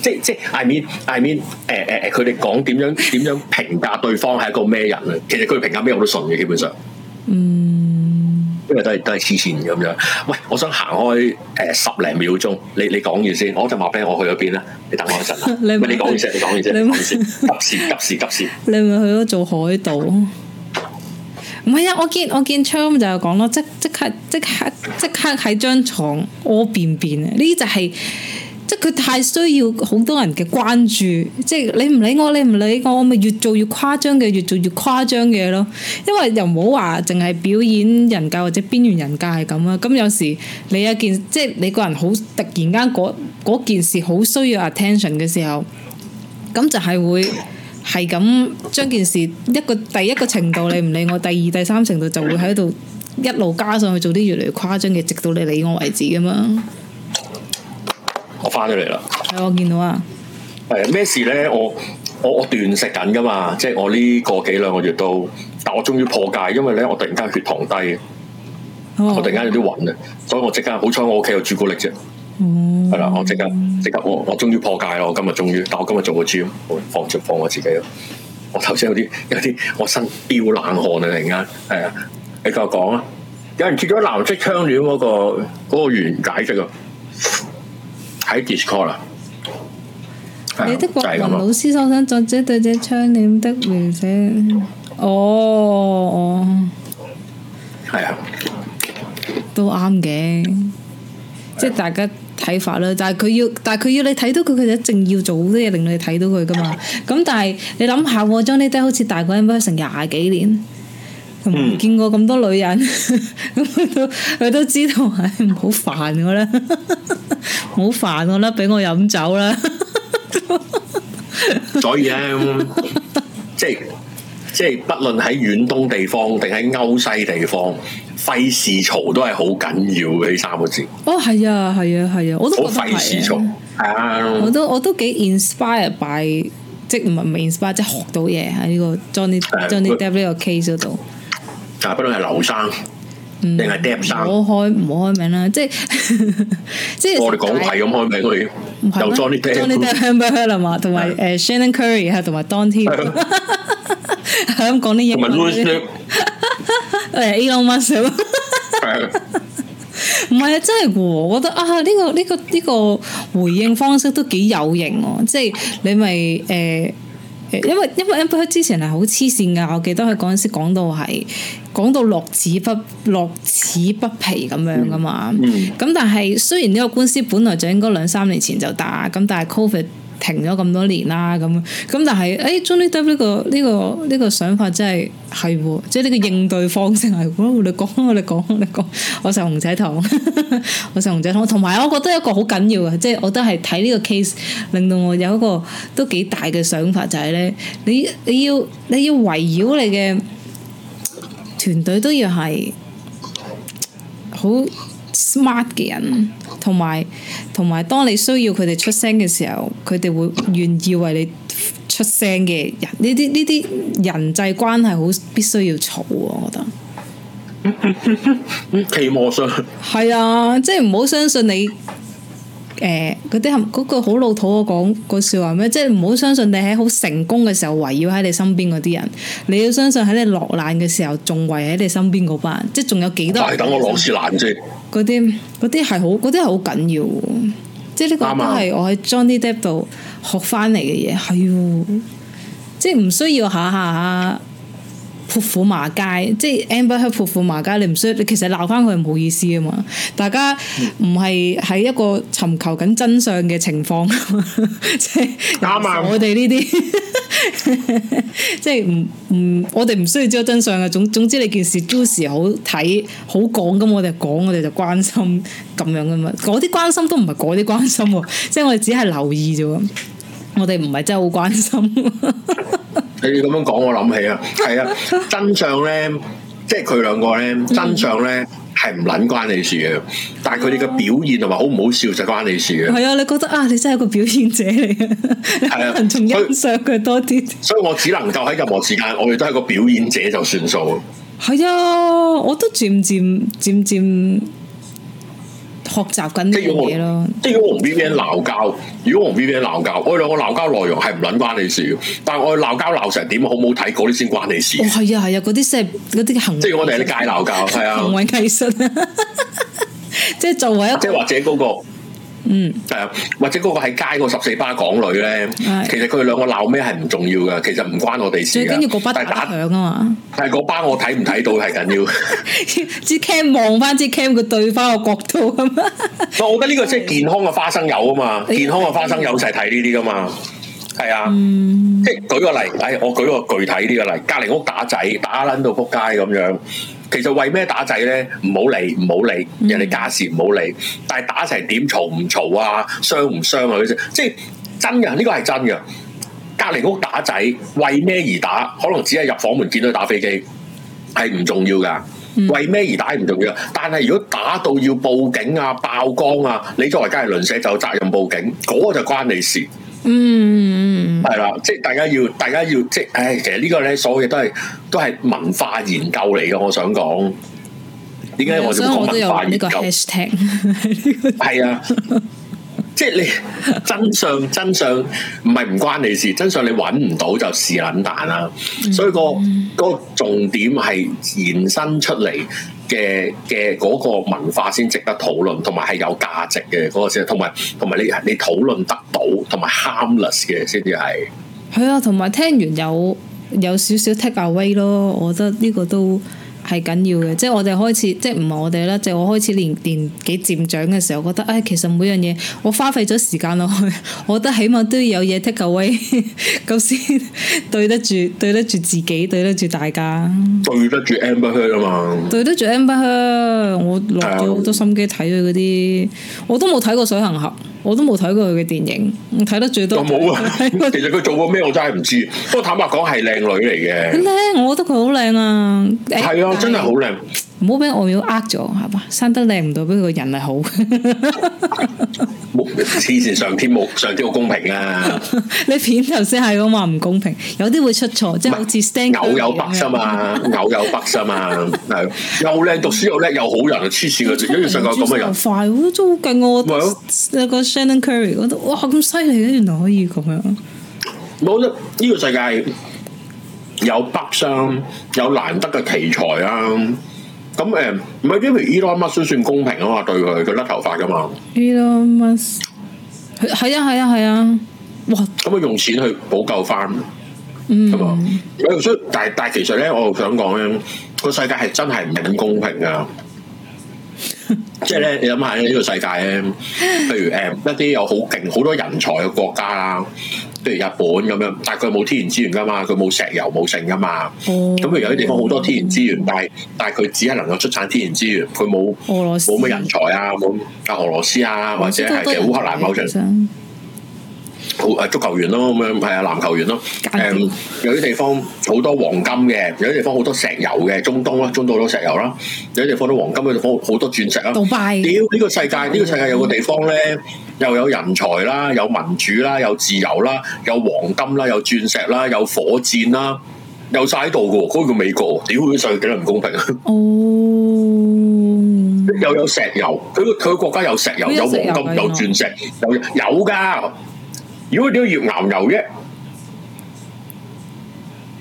S1: 即即 I mean I mean 誒誒誒，佢哋講點樣點樣評價對方係一個咩人啊？其實佢哋評價咩我都信嘅，基本上。
S2: 嗯，。
S1: 因為都係都係黐線咁樣。喂，我想行開誒、十零秒鐘，你你講完先，我就話俾你我去咗邊啦。你等我一陣啊啦
S2: *laughs* 你
S1: 喂
S2: 唔
S1: 你講完先，你講完先，
S2: 你
S1: 你
S2: 唔
S1: 講完先。急事急事急事，
S2: 你咪去咗做海盜？唔係啊！我見我見 Charm 就係講咯，即即刻即刻即刻喺張床屙便便啊！呢就係、即係佢太需要好多人嘅關注，即係你唔理我，你唔理我，我咪越做越誇張嘅，越做越誇張嘅咯。因為又唔好話淨係表演人格或者邊緣人格係咁啊。咁有時你有件即係你個人好突然間嗰嗰件事好需要 attention 嘅時候。咁就係會係咁將件事一個第一個程度你唔理我，第二第三程度就會喺度一路加上去做啲越嚟越誇張嘅，直到你理我為止噶嘛。
S1: 我翻咗嚟啦。
S2: 係我見到啊，
S1: 誒咩事咧？我我我斷食緊噶嘛，即係我呢個幾兩個月都，但我終於破戒，因為咧我突然間血糖低，我
S2: 我
S1: 突然間有啲暈啊，所以我即刻好彩我屋企有朱古力啫。
S2: 嗯
S1: 係啦，我即刻即刻我我終於破戒啦！我今日終於，但我今日做個 gym，我放著放我自己咯。我頭先有啲有啲我身飆冷汗啊！突然間係啊，你繼續講啊！有人貼咗藍色窗簾嗰、個嗰、個原解釋啊，喺 Discord 啊，係啊
S2: 你的
S1: 就
S2: 國
S1: 係
S2: 文
S1: 咁
S2: 老
S1: 啊！
S2: 師手上作者對這窗簾的描寫，哦哦，
S1: 係啊，
S2: 都啱嘅，即係大家睇法啦。但係佢要，但係佢要你睇到佢，佢就一定要做好多嘢令你睇到佢噶嘛。咁但係你諗下喎，Johnny Depp 好似大過 Amber Heard 成廿幾年。同
S1: 嗯
S2: 埋見過 *laughs* 咁多女 *laughs* 人，咁佢都佢都知道，唉唔好煩我啦，好煩我啦，俾我飲酒啦。
S1: 所以咧，
S2: *laughs*
S1: 即係即係，不論喺遠東地方定喺歐西地方，費事嘈都係好緊要嘅呢三個字，
S2: 哦，係啊，係啊，係啊，我都
S1: 好
S2: 覺得
S1: 費事
S2: 係
S1: 嘈
S2: 啊。
S1: 係啊
S2: 我。都我都幾 inspired by，即係唔係唔係 inspire，即係學到嘢喺呢個 Johnny
S1: 係啊
S2: Johnny
S1: 佢
S2: Depp 呢個 case 嗰度。嗯
S1: 啊，不論係劉生定係 Deb 生，
S2: 唔好開唔好開名啦，即係 *laughs* 即係
S1: 我哋講題咁開名佢
S2: 唔係咩
S1: 又 Johnny
S2: Johnny
S1: Deb，
S2: Depp Amber Heard 係嘛，同埋誒 Shannon Curry 係同埋 Don T，係 *laughs*
S1: 係啊
S2: 咁講啲英
S1: 同埋
S2: 文
S1: Louis
S2: 嗰
S1: Liu，
S2: *laughs* 啲誒 Elon Musk 咁
S1: 係啊
S2: 唔係啊，真係喎！我覺得啊，呢、個呢、個呢、個回應方式都幾有型喎！即係你咪誒誒，因為因為 Amber Heard 之前係好黐線㗎，我記得佢嗰陣時講到係講到樂此不樂此不疲咁樣㗎嘛。咁、但係雖然呢個官司本來就應該兩三年前就打，咁但係 Covid。停咗咁多年啦，咁咁但係，誒、Johnny 哎 Depp 呢、個呢、個呢、個想法真係係喎，即係呢個應對方式係喎，我哋講我哋講我哋講，我食紅仔糖， *laughs* 我食紅仔糖，同埋我覺得一個好緊要嘅，即係我都係睇呢個 case 令到我有一個都幾大嘅想法，就係、咧，你你要你要圍繞你嘅團隊都要係。好 smart 嘅人，同埋同埋當你需要佢哋出聲嘅時候，佢哋會願意為你出聲嘅人，呢啲呢啲人際關係好必須要儲喎，我覺得。
S1: 嗯期望上
S2: 係啊，即係唔好相信你。誒嗰啲係嗰句好老土我講嗰説話咩？即係唔好相信你喺好成功嘅時候圍繞喺你身邊嗰啲人，你要相信喺你落難嘅時候仲圍喺你身邊嗰班，即係仲有幾多人
S1: 但係等我攞次難先，
S2: 嗰啲嗰啲係好嗰啲係好緊要喎，即係呢個
S1: 啱
S2: 都
S1: 啊
S2: 係我喺 Johnny Depp 度學翻嚟嘅嘢，係喎，即係唔需要下下潑婦罵街，即係 Amber Heard 潑婦罵街，你唔需要，你其實鬧翻佢係冇意思噶嘛，大家唔係喺一個尋求緊真相嘅情況， *laughs* 即係
S1: 啱啊
S2: 我哋呢啲。 *laughs* 即係唔唔，我哋唔需要知道真相嘅。啊總總之你件事 juicy 好睇好講，咁我哋講，我哋就關心咁樣噶嘛。嗰啲關心都唔係嗰啲關心喎，即係我哋只係留意啫喎。我哋唔係真係好關心。
S1: 你咁樣講，我諗起啊，係
S2: *laughs*
S1: 啊，真相咧，即係佢兩個咧，
S2: 嗯
S1: 真相咧係唔撚關你事嘅，但係佢哋
S2: 哦
S1: 嘅表現同埋好唔好笑就關你事嘅，
S2: 係啊，你覺得啊，你真係一個表現者嚟嘅，你
S1: 係啊
S2: *laughs*
S1: 啊
S2: 可能仲欣賞佢多啲。
S1: 所以我只能夠喺任何時間，我哋都係個表演者就算數。
S2: 係啊，我都漸漸漸漸學習緊呢
S1: 即係
S2: 樣
S1: 如果
S2: 嘢咯
S1: 我。即係如果我同 Vivian 鬧交，如果我同 Vivian 鬧交，我哋兩個鬧交內容係唔撚關你事嘅，但係我哋鬧交鬧成點好唔好睇嗰啲先關你事
S2: 哦，。係啊，係啊，嗰啲即係嗰啲行為
S1: 即係我哋喺街鬧交，係啊
S2: 行，為藝術啊！ *laughs* 即係作為一
S1: 即
S2: 個
S1: 係或者嗰個。
S2: 嗯，
S1: 係啊，或者嗰個喺街嗰十四巴港女咧，
S2: 係
S1: 其實佢哋兩個鬧咩係唔重要嘅，其實唔關我哋事
S2: 最
S1: 㗎
S2: 緊要嗰把
S1: 但係
S2: 打
S1: 打
S2: 響啊嘛， *laughs*
S1: 但係嗰巴我睇唔睇到係緊要。
S2: 支 cam 望翻支 cam 佢對翻個角度咁啊！
S1: 我覺得呢個即係健康嘅花生油啊嘛，
S2: 哎
S1: 健康嘅花生油就係睇呢啲噶嘛，係啊，即係舉個例，唉，我舉個具體啲嘅例，隔離屋打仔打撚到撲街咁樣，其實為咩打仔咧？唔好理，唔好理，人哋家事唔好理，但係打成點嘈唔嘈啊，傷唔傷啊嗰啲，即係真嘅，呢個係真嘅。隔離屋打仔為咩而打？可能只係入房門見到佢打飛機，係唔重要㗎。為咩而打係唔重要，但係如果打到要報警啊、爆光啊，你作為家人鄰舍就有責任報警，嗰、個就關你事，
S2: 嗯，
S1: 係啦，即係大家要，大家要即係，唉，其實呢個咧，所有嘢都係都係文化研究嚟嘅，我想講。點解我
S2: 啊所
S1: 仲
S2: 以
S1: 講
S2: 我都
S1: 文
S2: 有
S1: 化
S2: 玩呢
S1: 研
S2: 個
S1: 究？
S2: hashtag，
S1: 係啊，即
S2: *laughs*
S1: 係你真相真相唔係唔關你事，真相你揾唔到就是撚蛋啦。
S2: 嗯
S1: 所以、個嗰個重點係延伸出嚟嘅嘅嗰個文化先值得討論，同埋係有價值嘅嗰、個先，同埋同埋你你討論得到，同埋 harmless 嘅先至係。
S2: 係啊，同埋聽完有有少少 take away 咯，我覺得呢個都係緊要嘅，即係我哋開始，即係唔係我哋啦，即係我開始年年紀漸長嘅時候，覺得唉、其實每樣嘢我花費咗時間落去， *laughs* 我覺得起碼都要有嘢 take away，咁 *laughs* 先 *laughs* 對得住對得住自己，對得住大家，
S1: 對得住 Amber Heard 啊嘛，
S2: 對得住 Amber Heard 我落咗好多心機睇佢嗰啲，我都冇睇過水行俠，我都冇睇過佢嘅電影，我睇得最多
S1: 我冇啊。
S2: 睇 *laughs*
S1: *laughs*
S2: 過
S1: 其實佢做過咩我真係唔知，不過坦白講係靚女嚟嘅，
S2: 靚，我覺得佢好靚啊！誒
S1: 係啊，真係好靚。
S2: 唔好俾外表呃咗，係嘛？生得靚唔代表佢個人係 *laughs* 好。
S1: 冇黐線，上天冇上天好公平啊！
S2: 你片頭先係咁話唔公平，有啲會出錯，即係好似 stand
S1: 偶有北心啊，偶有北心啊，係又靚讀書又叻又好人啊，黐線啊嘅，如果要世界咁嘅人，
S2: 快喎，都好勁喎！我覺
S1: 咪
S2: 得
S1: 咯
S2: 有個 Shannon Curry 嗰度，哇咁犀利嘅，原來可以咁樣。
S1: 我覺得呢個世界有北商，有難得嘅奇才啊！咁誒，唔係因為 Elon Musk 算公平啊嘛，對佢佢甩頭髮噶嘛，
S2: Elon Musk 係係啊係啊係啊！哇，
S1: 咁啊用錢去補救翻，
S2: 嗯
S1: 係嘛？誒所以但係但係其實咧，我想講咧，個世界係真係唔係咁公平
S2: *laughs*
S1: 噶。即係咧，你諗下呢個世界咧，譬如誒、一啲有好勁、好多人才嘅國家啦，譬如日本咁樣，但係佢冇天然資源噶嘛，佢冇石油冇剩噶嘛，
S2: 哦
S1: 咁佢有啲地方好多天然資源，但係但係佢只係能夠出產天然資源，佢冇
S2: 俄羅斯
S1: 冇乜人才啊，冇啊俄羅斯啊，或者係
S2: 都
S1: 其實
S2: 多人
S1: 烏克蘭某程
S2: 其實
S1: 好誒足球員咯，咁樣係啊籃球員咯，
S2: 間
S1: 誒、
S2: 接
S1: 有啲地方好多黃金嘅，有啲地方好多石油嘅，中東啦，中東好多石油啦，有啲地方都黃金，有啲地方好多鑽石啦。
S2: 杜拜
S1: 屌呢、個世界，呢、個世界有個地方咧，又有人才啦，有民主啦，有自由啦，有黃金啦，有鑽石啦，有火箭啦，有晒喺度嘅喎，嗰、個叫美國喎。屌呢個世界幾撚唔公平啊！
S2: 哦。
S1: 又有石油，佢個佢個國家有石油，
S2: 佢
S1: 有
S2: 有
S1: 黃
S2: 石油㗎
S1: 金，有鑽石，有有㗎。如果點解越牛油啫？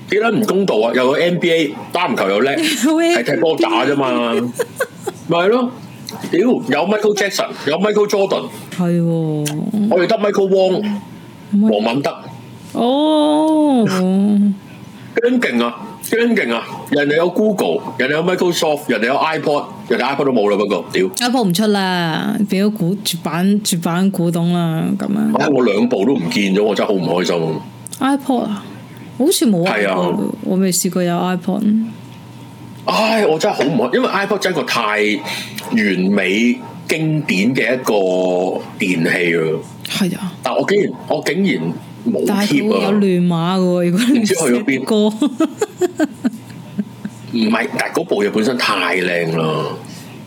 S1: 幾撚唔公道啊！又有 NBA 打籃球又叻，係踢波打啫嘛，咪係咯。屌有 Michael Jackson，有 Michael Jordan，
S2: 係喎，
S1: 我哋得 Michael Wong、黃敏德，
S2: 哦，
S1: 幾撚勁啊！幾撚勁啊！人哋有 Google，人哋有 Microsoft，人哋有 iPod，人哋 iPod 都冇啦不過，屌！
S2: 一部唔出啦，變咗古絕版絕版古董啦，咁樣。
S1: 唉，我兩部都唔見咗，我真係好唔開心。
S2: iPod 啊，好似冇
S1: 係啊
S2: iPod，我未試過有 iPod。
S1: 唉，我真係好唔開，因為 iPod 真係一個太完美經典嘅一個電器啊！
S2: 係啊，
S1: 但我竟然我竟然冇
S2: 但係佢
S1: keep
S2: 會有
S1: 啊！
S2: 亂碼嘅喎，如果你
S1: 唔知去咗邊
S2: 歌，
S1: 唔係，但係嗰部嘢本身太靚啦。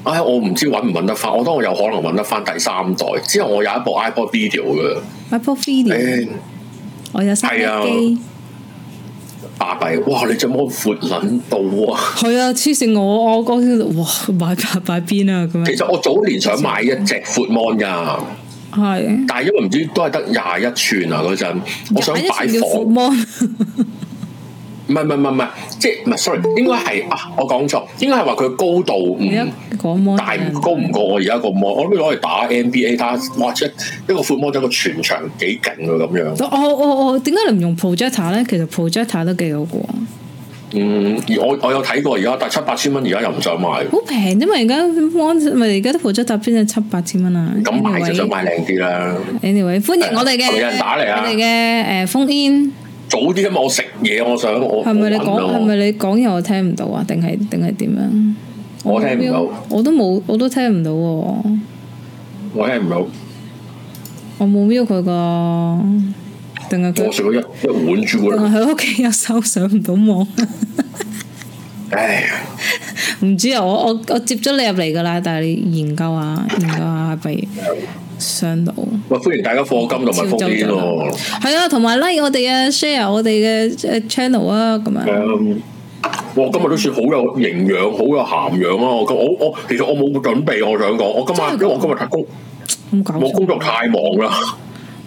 S1: 唉，我唔知揾唔揾得翻，我當我有可能揾得翻第三代。之後我有一部 iPod Video 嘅，
S2: iPod Video，
S1: 誒
S2: 我有三
S1: 係啊
S2: 機。
S1: 巴閉，哇！你怎麼闊撚到啊？
S2: 係啊，黐線我我嗰時就哇買擺擺邊啊咁
S1: 其
S2: 樣，
S1: 實我早年想買一隻闊 mon 㗎，
S2: 係。
S1: 但係因為唔知都係得廿一寸啊嗰陣，我想擺
S2: 廿一寸叫
S1: 房
S2: 闊。芒
S1: 唔係唔係唔係唔係，即係唔係？sorry，應該係啊，我講錯，應該係話佢高度
S2: 而家
S1: 唔
S2: 講芒
S1: 大唔高唔過我而家個 mon，我諗攞嚟打 NBA 打，哇！即係一個 foot mon 一個全場幾勁啊咁樣。
S2: 我我我點解你唔用 projector 咧？其實 projector 都幾好嘅喎，
S1: 嗯，而我我有睇過而家，但係七八千蚊而家又唔想買，
S2: 好平啊啫嘛！而家咪而家啲 projector 邊係七八千蚊啊？
S1: 咁買就
S2: Anyway
S1: 想買靚啲啦。
S2: Anyway，歡迎我哋嘅
S1: 有人打嚟啊
S2: 我哋嘅誒封煙
S1: 早啲因為我食嘢，我想我
S2: 係咪你
S1: 我
S2: 講
S1: 搵啊
S2: 係咪你講嘢我聽唔到啊？定係定係點樣？
S1: 我聽唔到，
S2: 我都冇，我都聽唔到喎。
S1: 我聽唔到，
S2: 我冇瞄佢個，定係
S1: 我
S2: 佢
S1: 食咗一一碗朱古
S2: 定
S1: 力，
S2: 係佢屋企有手上唔到網。啊
S1: 唉，
S2: 唔知啊，我我我接咗你入嚟噶啦，但係你研究下研究下，係咪上到？
S1: 喂，歡迎大家課金同埋封煙喎。
S2: 係啊，同埋 like 我哋嘅 share 我哋嘅誒 channel 啊，咁樣。
S1: 嗯我今日都算好有營養，好有涵養啊！我今我我其實我冇準備，我想講，我今晚因
S2: 真
S1: 為
S2: 係㗎
S1: 我今日太工，
S2: 咁搞
S1: 我
S2: 笑，
S1: 工作太忙啦，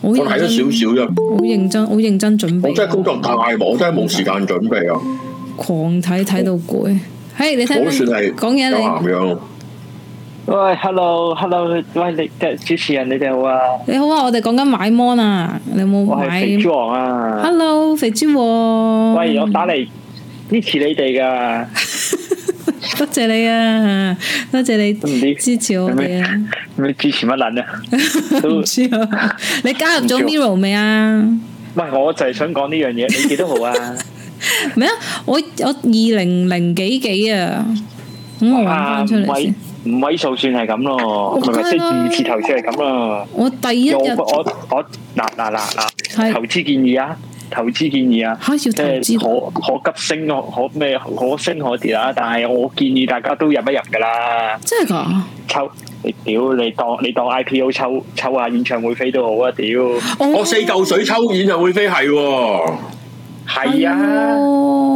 S2: 我
S1: 我睇咗少少啫，
S2: 好認真，好認真準備。
S1: 我真係工作太忙，我真係冇時間準備啊！
S2: 狂睇睇到攰。嘿，你
S1: 我
S2: 聽
S1: 都算係
S2: 講嘢
S1: 有涵
S2: 你
S1: 養。
S3: 喂，hello，hello，喂，你即係主持人，你哋好啊，
S2: 你好啊，我哋講緊買 mon 啊，你有冇
S3: 我係
S2: 買
S3: 肥豬王啊，
S2: ？Hello，肥豬喎。
S3: 喂，我打嚟支持你哋噶，
S2: *laughs* 多謝你啊，多謝你
S3: 知
S2: 支持我哋啊！
S3: 你支持乜撚啊？都
S2: *laughs* 唔知
S3: *laughs*
S2: 啊，你加入咗
S3: 唔知
S2: Miro 未啊？
S3: 喂，我就係想講呢樣嘢，你幾多號啊？
S2: 咩啊？我我二零零幾幾啊？咁 *laughs* 我揾
S3: 啊，
S2: 翻出
S3: 五
S2: 嚟
S3: 位
S2: 先。
S3: 五位數算係咁咯，
S2: 我
S3: 唔係咪
S2: 梗係
S3: 即係
S2: 啦
S3: 二字頭先係咁啦。
S2: 我第一日
S3: 我
S2: 吓
S3: 我我嗱嗱嗱
S2: 係
S3: 嗱，投資建議啊，投資建議啊，
S2: 要投
S3: 即係
S2: 資
S3: 可可急升可可咩可升可跌啊！但係我建議大家都入一入㗎啦，
S2: 真係㗎？
S3: 抽你屌你當你當 IPO 抽抽下演唱會飛都好啊！屌
S2: 哦
S1: 我四嚿水抽演就會飛係喎，
S3: 係啊，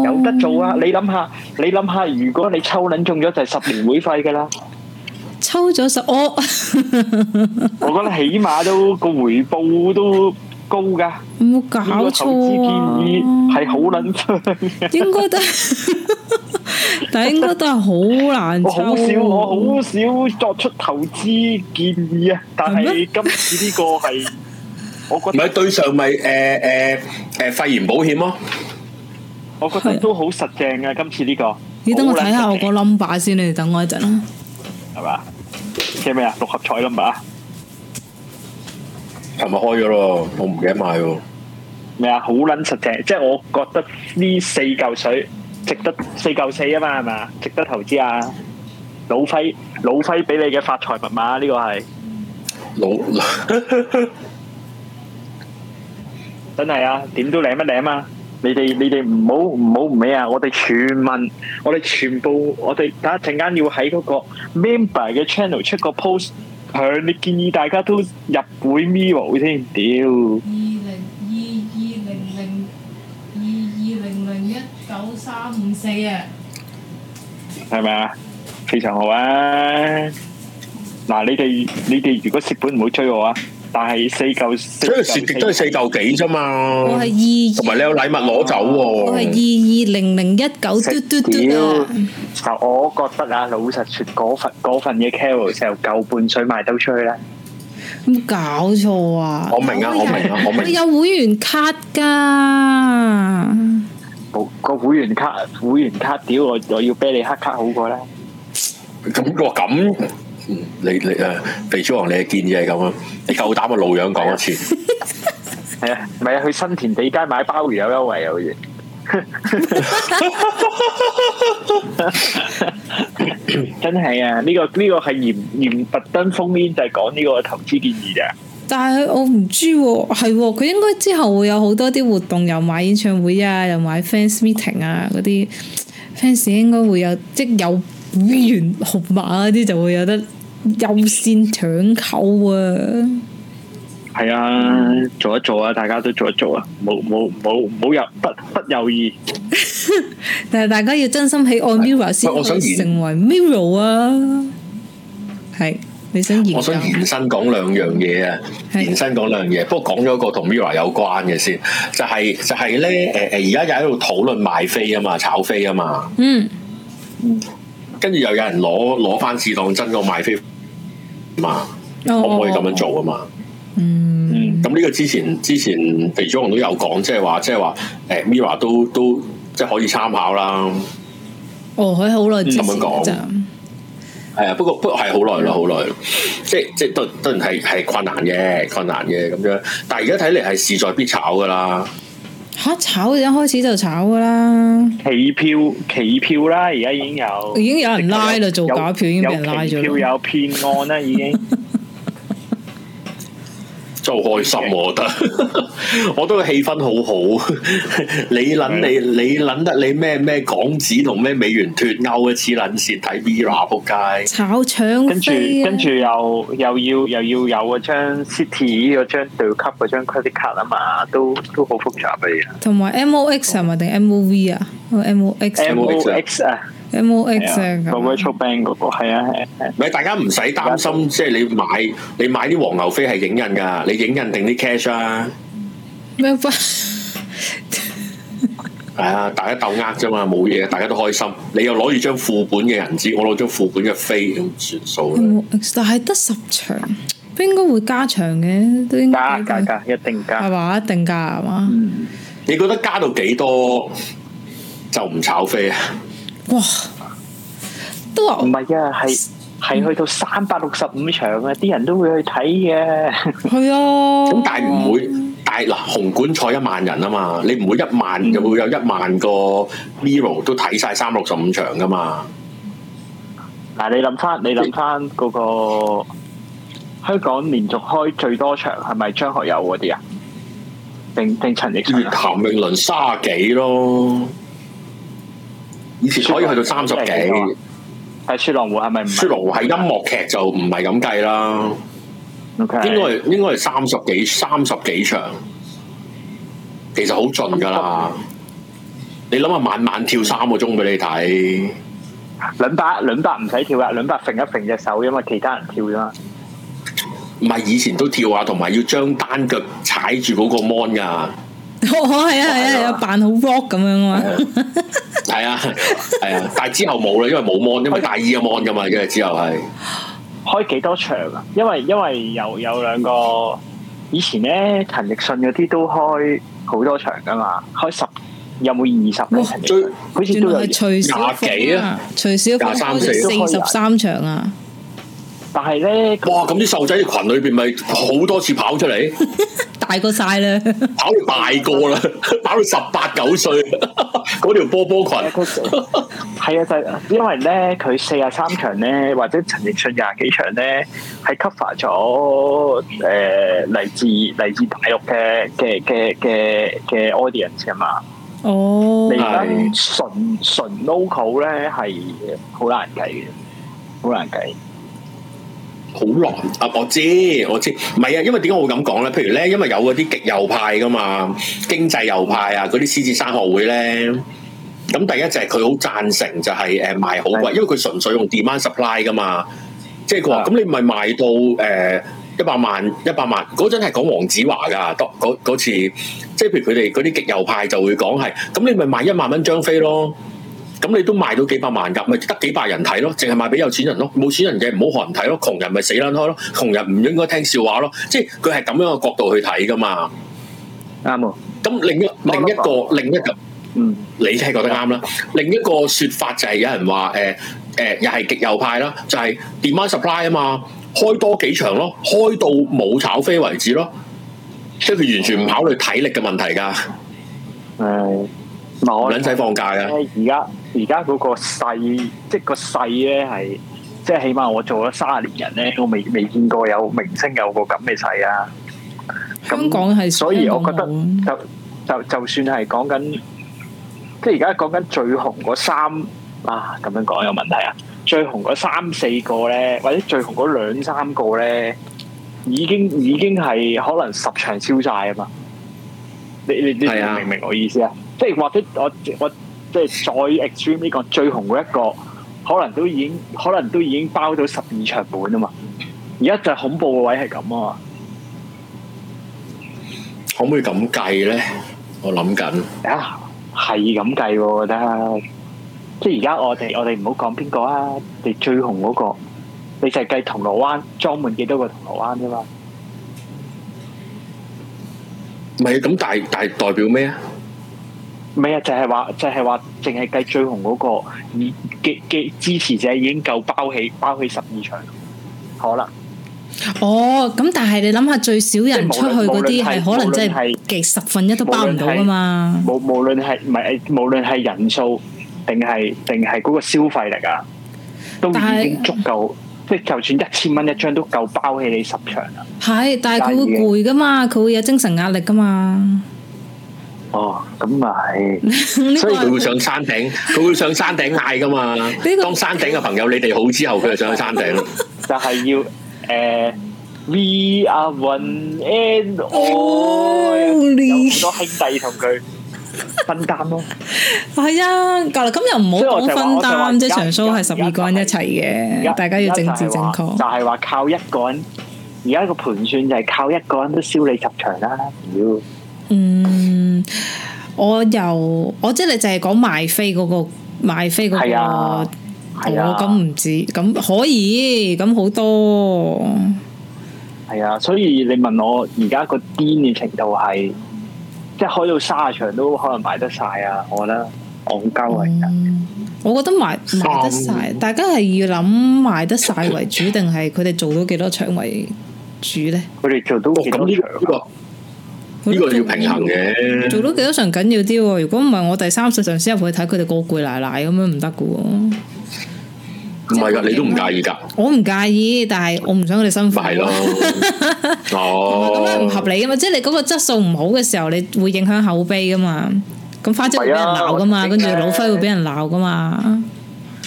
S3: 有得做啊！你諗下，你諗下，如果你抽撚中咗就係十年會費㗎啦，
S2: 抽咗十我 *laughs*
S3: 我覺得起碼都個回報都高㗎。
S2: 冇搞
S3: 呢個投資
S2: 錯
S3: 建議
S2: 啊！
S3: 係好撚傷嘅。
S2: 應該都 *laughs* 係，但係應該都係好難
S3: 我
S2: 抽。
S3: 好少，我好少作出投資建議啊！但係今次呢個係，我
S1: 唔
S3: 覺得
S1: 係對上咪誒誒誒肺炎保險咯，
S3: 我覺得都好實正啊！今次呢個，
S2: 你等我睇下
S3: 好
S2: 我
S3: 撚實
S2: 個 number 先，你哋等我一陣啊啦。
S3: 正係嘛？即係咩啊？六合彩 number 啊？
S1: 琴日開咗咯，我唔記得買喎。
S3: 咩啊？好撚實正，即係我覺得呢四嚿水值得四嚿四啊嘛，係嘛？值得投資啊！老輝，老輝俾你嘅發財密碼呢個係
S2: *laughs*
S1: 老
S3: 真係啊！點都舐一舐啊！你哋你哋唔好唔好唔咩啊！我哋全民，我哋全部，我哋等一陣間要喺嗰個 member 嘅 channel 出個 post，強烈建議大家都入會 Miro 先。屌，
S4: 二零二二零零二二零零一九三五四啊！
S3: 係咪啊？非常好啊！嗱，你哋你哋如果蝕本唔好追我啊！但係四嚿四
S1: 所以
S3: 嚿
S1: 蝕跌都係四嚿幾啫嘛。
S2: 我係
S1: 同
S2: 二
S1: 埋你有禮物攞走
S2: 二，我係二
S1: 喎。
S2: 二零零一九
S3: 食
S2: 嘟嘟
S3: 屌
S2: 嘟啊！！
S3: 嗱，我覺得啊，老實説，嗰份嗰份嘢 Carousell 夠半水賣到出去啦。
S2: 咁搞錯啊！
S1: 我明啊
S2: 有
S1: 我明啊我明
S2: 有會員卡噶，
S3: 冇個會員卡，會員卡屌我，我要啤你黑卡好過啦。
S1: 咁我咁，嗯你你誒肥豬王，你嘅建議係咁啊？你夠膽啊老樣講一次，
S3: 係啊，唔係啊，去新田地街買鮑魚有優惠啊，好 *laughs* 似。真係啊！呢、個呢、個係嚴嚴特登封煙，就係講呢個投資建議咋。
S2: 但係我唔知喎，係喎，佢應該之後會有好多啲活動，又買演唱會啊，又買 fans meeting 啊嗰啲 fans 應該會有，即係有會員號碼嗰啲就會有得優先搶購啊！
S3: 係啊，做一做啊，大家都做一做啊，冇冇冇冇有不不猶豫。
S2: 但係大家要真心喜愛 Mirror 先
S1: 我想
S2: 可以
S1: 研
S2: 成為 Mirror 啊！係你想研
S1: 我
S2: 究？
S1: 想延伸講兩樣嘢啊，
S2: 係
S1: 延伸講兩樣嘢。不過講咗一個同 Mira 有關嘅先，就係、就係咧誒誒，而家又喺度討論買飛啊嘛，炒飛啊嘛，
S2: 嗯，
S1: 跟住又有人攞攞翻自當真個買飛嘛，
S2: 哦
S1: 可唔可以咁樣做啊嘛？
S2: 嗯。
S3: 嗯，
S1: 咁呢個之前之前肥豬王都有講，即係話即係話誒 Mira 都都即係可以參考啦。
S2: 哦，佢好耐之前
S1: 咁樣講
S2: 㗎咋，
S1: 係啊，不過不過係好耐啦，好耐啦，即係即係當當然係係困難嘅，困難嘅咁樣。但係而家睇嚟係事在必炒噶啦，
S2: 吓炒一開始就炒噶啦，
S3: 期票期票啦，而家已經有
S2: 哦已經有人拉啦，做假票已經俾人拉
S3: 有期
S2: 咗
S3: 票
S2: 啦。
S3: 有騙案啦，已經。
S1: 真係好開心喎我覺得， *laughs* 我都個氣氛好好。 *laughs* 你撚你你撚得你咩咩港紙同咩美元脱鈎啊？黐撚線睇 Mira 仆街，
S2: 炒
S3: 跟
S2: 搶 *laughs*
S3: 住
S2: 飛啊！
S3: 跟住又又要又要有嗰張 City 嗰張對級嗰張 credit card 啊嘛，都都好複雜嘅嘢。
S2: 同埋 M O X 係咪定 M O V 啊？M O X
S1: M-
S3: M O
S1: MOX
S3: X 啊，
S2: M O X 啊
S3: 係啊個
S2: 咁
S3: virtual bank 嗰個係啊係啊係啊
S1: 咪大家唔使擔心，即係你買你買啲黃牛飛係影印㗎，你影印定啲 cash 啊，
S2: 咩不？
S1: 係啊，大家鬥呃啫嘛，冇嘢，大家都開心。你又攞住張副本嘅銀紙，我攞張副本嘅飛，咁算數啦。
S2: *laughs* M O X，但係得十場，都應該會加場嘅，都應
S3: 加
S2: 該
S3: 加加一定
S2: 係
S3: 加。
S2: 嘛？一定加係嘛？
S1: 你覺得加到幾多就唔炒飛啊？
S2: 哇！都話
S3: 唔係啊，係
S2: 嗯
S3: 係去到三百六十五場啊，啲人都會去睇嘅。 *laughs*
S2: 係啊，
S1: 咁但係唔會，但係嗱，紅館坐一萬人啊嘛，你唔會一萬就會有一萬個 Miro 都睇晒三六十五場噶嘛？
S3: 嗱，你諗翻，你諗翻嗰個香港連續開最多場係咪張學友嗰啲啊？定定陳奕迅
S1: 越
S3: 啊？
S1: 譚詠麟卅幾咯，以前可以去到三十幾。啊
S3: 係雪狼湖係咪唔係？
S1: 舒奴喺音樂劇就唔係咁計啦，
S3: OK
S1: 應該係應該係三十幾三十幾場，其實好盡㗎啦。你諗下，晚晚跳三個鐘俾你睇，
S3: 兩百兩百唔使跳啦，兩百揈一揈隻手，因為其他人跳啫嘛。
S1: 唔係以前都跳啊，同埋要將單腳踩住嗰個 mon 㗎。
S2: *laughs* 哦，係啊係啊係啊，扮好 rock 咁樣啊嘛，
S1: 係啊，係啊，但係之後冇啦，因為冇 mon，因為大二嘅 mon 㗎嘛，因為之後係
S3: 開幾多場啊？因為因為有有兩個以前咧，陳奕迅嗰啲都開好多場噶嘛，開十有冇二十咧？
S2: 哇
S3: 陳奕
S1: 最
S3: 迅好似都
S2: 原
S3: 有
S2: 來係，徐小
S1: 廿幾
S2: 鳳
S1: 啊
S2: 啊，徐小鳳
S1: 廿三
S2: 開
S1: 四
S2: 咗四十三場啊，
S3: 但係咧佢
S1: 哇！咁啲細路仔嘅群裏邊咪好多次跑出嚟，
S2: 大過晒啦，
S1: 跑到大個啦，跑到十八九歲，嗰條波波裙。
S3: 佢係啊，就係因為咧佢四十三場咧，或者陳奕迅廿幾場咧，係 cover 咗誒嚟自嚟自大陸嘅嘅嘅嘅嘅 audience 啊嘛。
S2: 哦
S3: 你，而家
S1: 係
S3: 純純 local 咧係好難計嘅，好難計。
S1: 好難啊！我知我知，唔係啊，因為點解我會咁講咧？譬如咧，因為有嗰啲極右派噶嘛，經濟右派啊，嗰啲獅子山學會咧。咁第一就係佢好贊成就係誒賣好貴，
S3: 係
S1: 因為佢純粹用 demand supply 噶嘛。即係佢話：
S3: 啊
S1: 咁你咪賣到誒一百萬一百萬嗰陣係講黃子華㗎，當嗰嗰次即係譬如佢哋嗰啲極右派就會講係，咁你咪賣一萬蚊張飛咯。咁你都賣到幾百萬㗎，咪得幾百人睇咯，淨係賣俾有錢人咯，冇錢人嘅唔好學人睇咯，窮人咪死撚開咯，窮人唔應該聽笑話咯，即係佢係咁樣嘅角度去睇㗎嘛。
S3: 啱啊，
S1: 咁另一另一個另一個。
S3: 嗯，
S1: 你係覺得啱啦。另一個説法就係有人話誒誒，又係極右派啦，就係、demand supply 啊嘛，開多幾場咯，開到冇炒飛為止咯。即係佢完全唔考慮體力嘅問題㗎，
S3: 誒，唔係
S1: 唔
S3: 我
S1: 撚使放假㗎。
S3: 而家而家嗰個勢，即係個勢咧係，即係起碼我做咗卅年人咧，我未未見過有明星有個咁嘅勢啊。咁
S2: 香港係
S3: 所以我覺
S2: 香
S3: 得
S2: 港
S1: 嗯
S2: 冇
S3: 就就就算係講緊，即係而家講緊最紅嗰三啊，咁樣講有問題啊！最紅嗰三四個咧，或者最紅嗰兩三個咧，已經已經係可能十場燒晒啊嘛！你你你
S1: 係啊
S3: 明唔明我意思啊？即係或者我我即係再 extreme 呢個最紅嗰一個，可能都已經可能都已經包到十二場滿啊嘛！而家最恐怖嘅位係咁啊嘛！
S1: 可唔可以咁計咧？我諗緊，
S3: 啊，係咁計喎，我覺得。即係而家我哋我哋唔好講邊個啊，你最紅嗰、個，你就係計銅鑼灣裝滿幾多個銅鑼灣啫嘛。
S1: 唔係咁，但係但係代表咩啊？
S3: 唔係啊，就係話就係話，淨係計最紅嗰、個，已嘅嘅支持者已經夠包起包起十二場，可能。
S2: 哦，咁但係你諗下最少人出去嗰
S3: 即
S2: 啲係
S3: 係無論
S2: 可能真
S3: 無論
S2: 係
S3: 係
S2: 極十分一都包唔到噶嘛，
S3: 無無論係唔係無論係人數定係定係嗰個消費力啊，都
S2: 但係
S3: 已經足夠，即係就算一千蚊一張都夠包起你十場啊啦。
S2: 係，但係佢會攰噶嘛，佢會有精神壓力噶嘛，
S3: 哦，咁咪係。
S2: 呢
S1: 所以佢
S2: 個
S1: 會上山
S2: *laughs*
S1: 頂，佢會上山頂嗌㗎嘛
S2: 個。
S1: 當山頂嘅朋友你哋好之後，佢就上去山頂哦啦。
S3: 就係要誒、呃、We are one and
S2: 哦
S3: all，
S2: Holy
S3: 有好多兄弟同佢分
S2: *laughs*
S3: 擔咯。
S2: 係啊，嗱咁又唔
S3: 所以
S2: 好
S3: 我
S2: 講
S3: 就
S2: 分
S3: 話我就話
S2: 擔，即係
S3: 而
S2: 場
S3: 家
S2: show 係十二
S3: 而家
S2: 個人一齊
S3: 而家
S2: 啊嘅，大家要政治正
S3: 而家就係話
S2: 確
S3: 就。係話靠一個人。而家個盤算就係靠一個人都燒你十場啦，屌！
S2: 嗯，我又我即係你就係講賣飛嗰個賣飛嗰
S3: 係
S2: 個
S3: 啊。係
S2: 我
S3: 啊，
S2: 咁唔知，咁可以，咁好多，
S3: 係啊，所以你問我而家個癲嘅程度係，即係開到卅場都可能買得晒啊！我覺得戇鳩啊，而家
S2: 嗯我覺得賣賣得晒，大家係要諗賣得晒為主，定係佢哋做到幾多場為主咧？
S3: 佢哋做到
S1: 哦
S3: 幾
S1: 咁
S3: 多
S1: 呢
S3: 場啊
S1: 個呢個呢個要平衡嘅。
S2: 做到幾多場緊要啲喎？如果唔係，我第三十場先入去睇佢哋個攰奶奶咁樣唔得嘅喎。
S1: 唔係㗎，你都唔介意㗎，
S2: 我唔介意，但係我唔想佢哋辛苦。
S1: 咪
S2: *laughs*
S1: 係咯。
S2: 咁樣唔
S1: 哦，
S2: 合理噶嘛，即係你嗰個質素唔好嘅時候，你會影響口碑噶嘛。咁花姐會俾人鬧噶
S1: 啊
S2: 嘛，跟住老輝會俾人鬧噶嘛。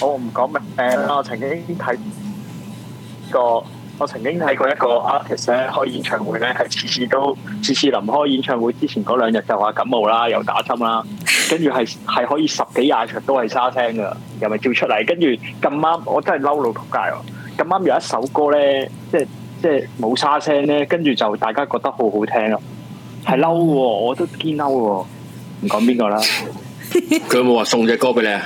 S3: 我唔講名名啦，我曾經睇過，我曾經睇過一個 artist 咧開演唱會咧，係次次都次次臨開演唱會之前嗰兩日就話感冒啦，又打針啦，跟住係係可以十幾廿場都係沙聲噶，又咪照出嚟，跟住咁啱我真係嬲到仆街喎！咁啱有一首歌咧，即係即係冇沙聲咧，跟住就大家覺得好好聽咯，係嬲喎，我都堅嬲喎，唔講邊個啦。
S1: 佢有冇話送只歌俾你啊？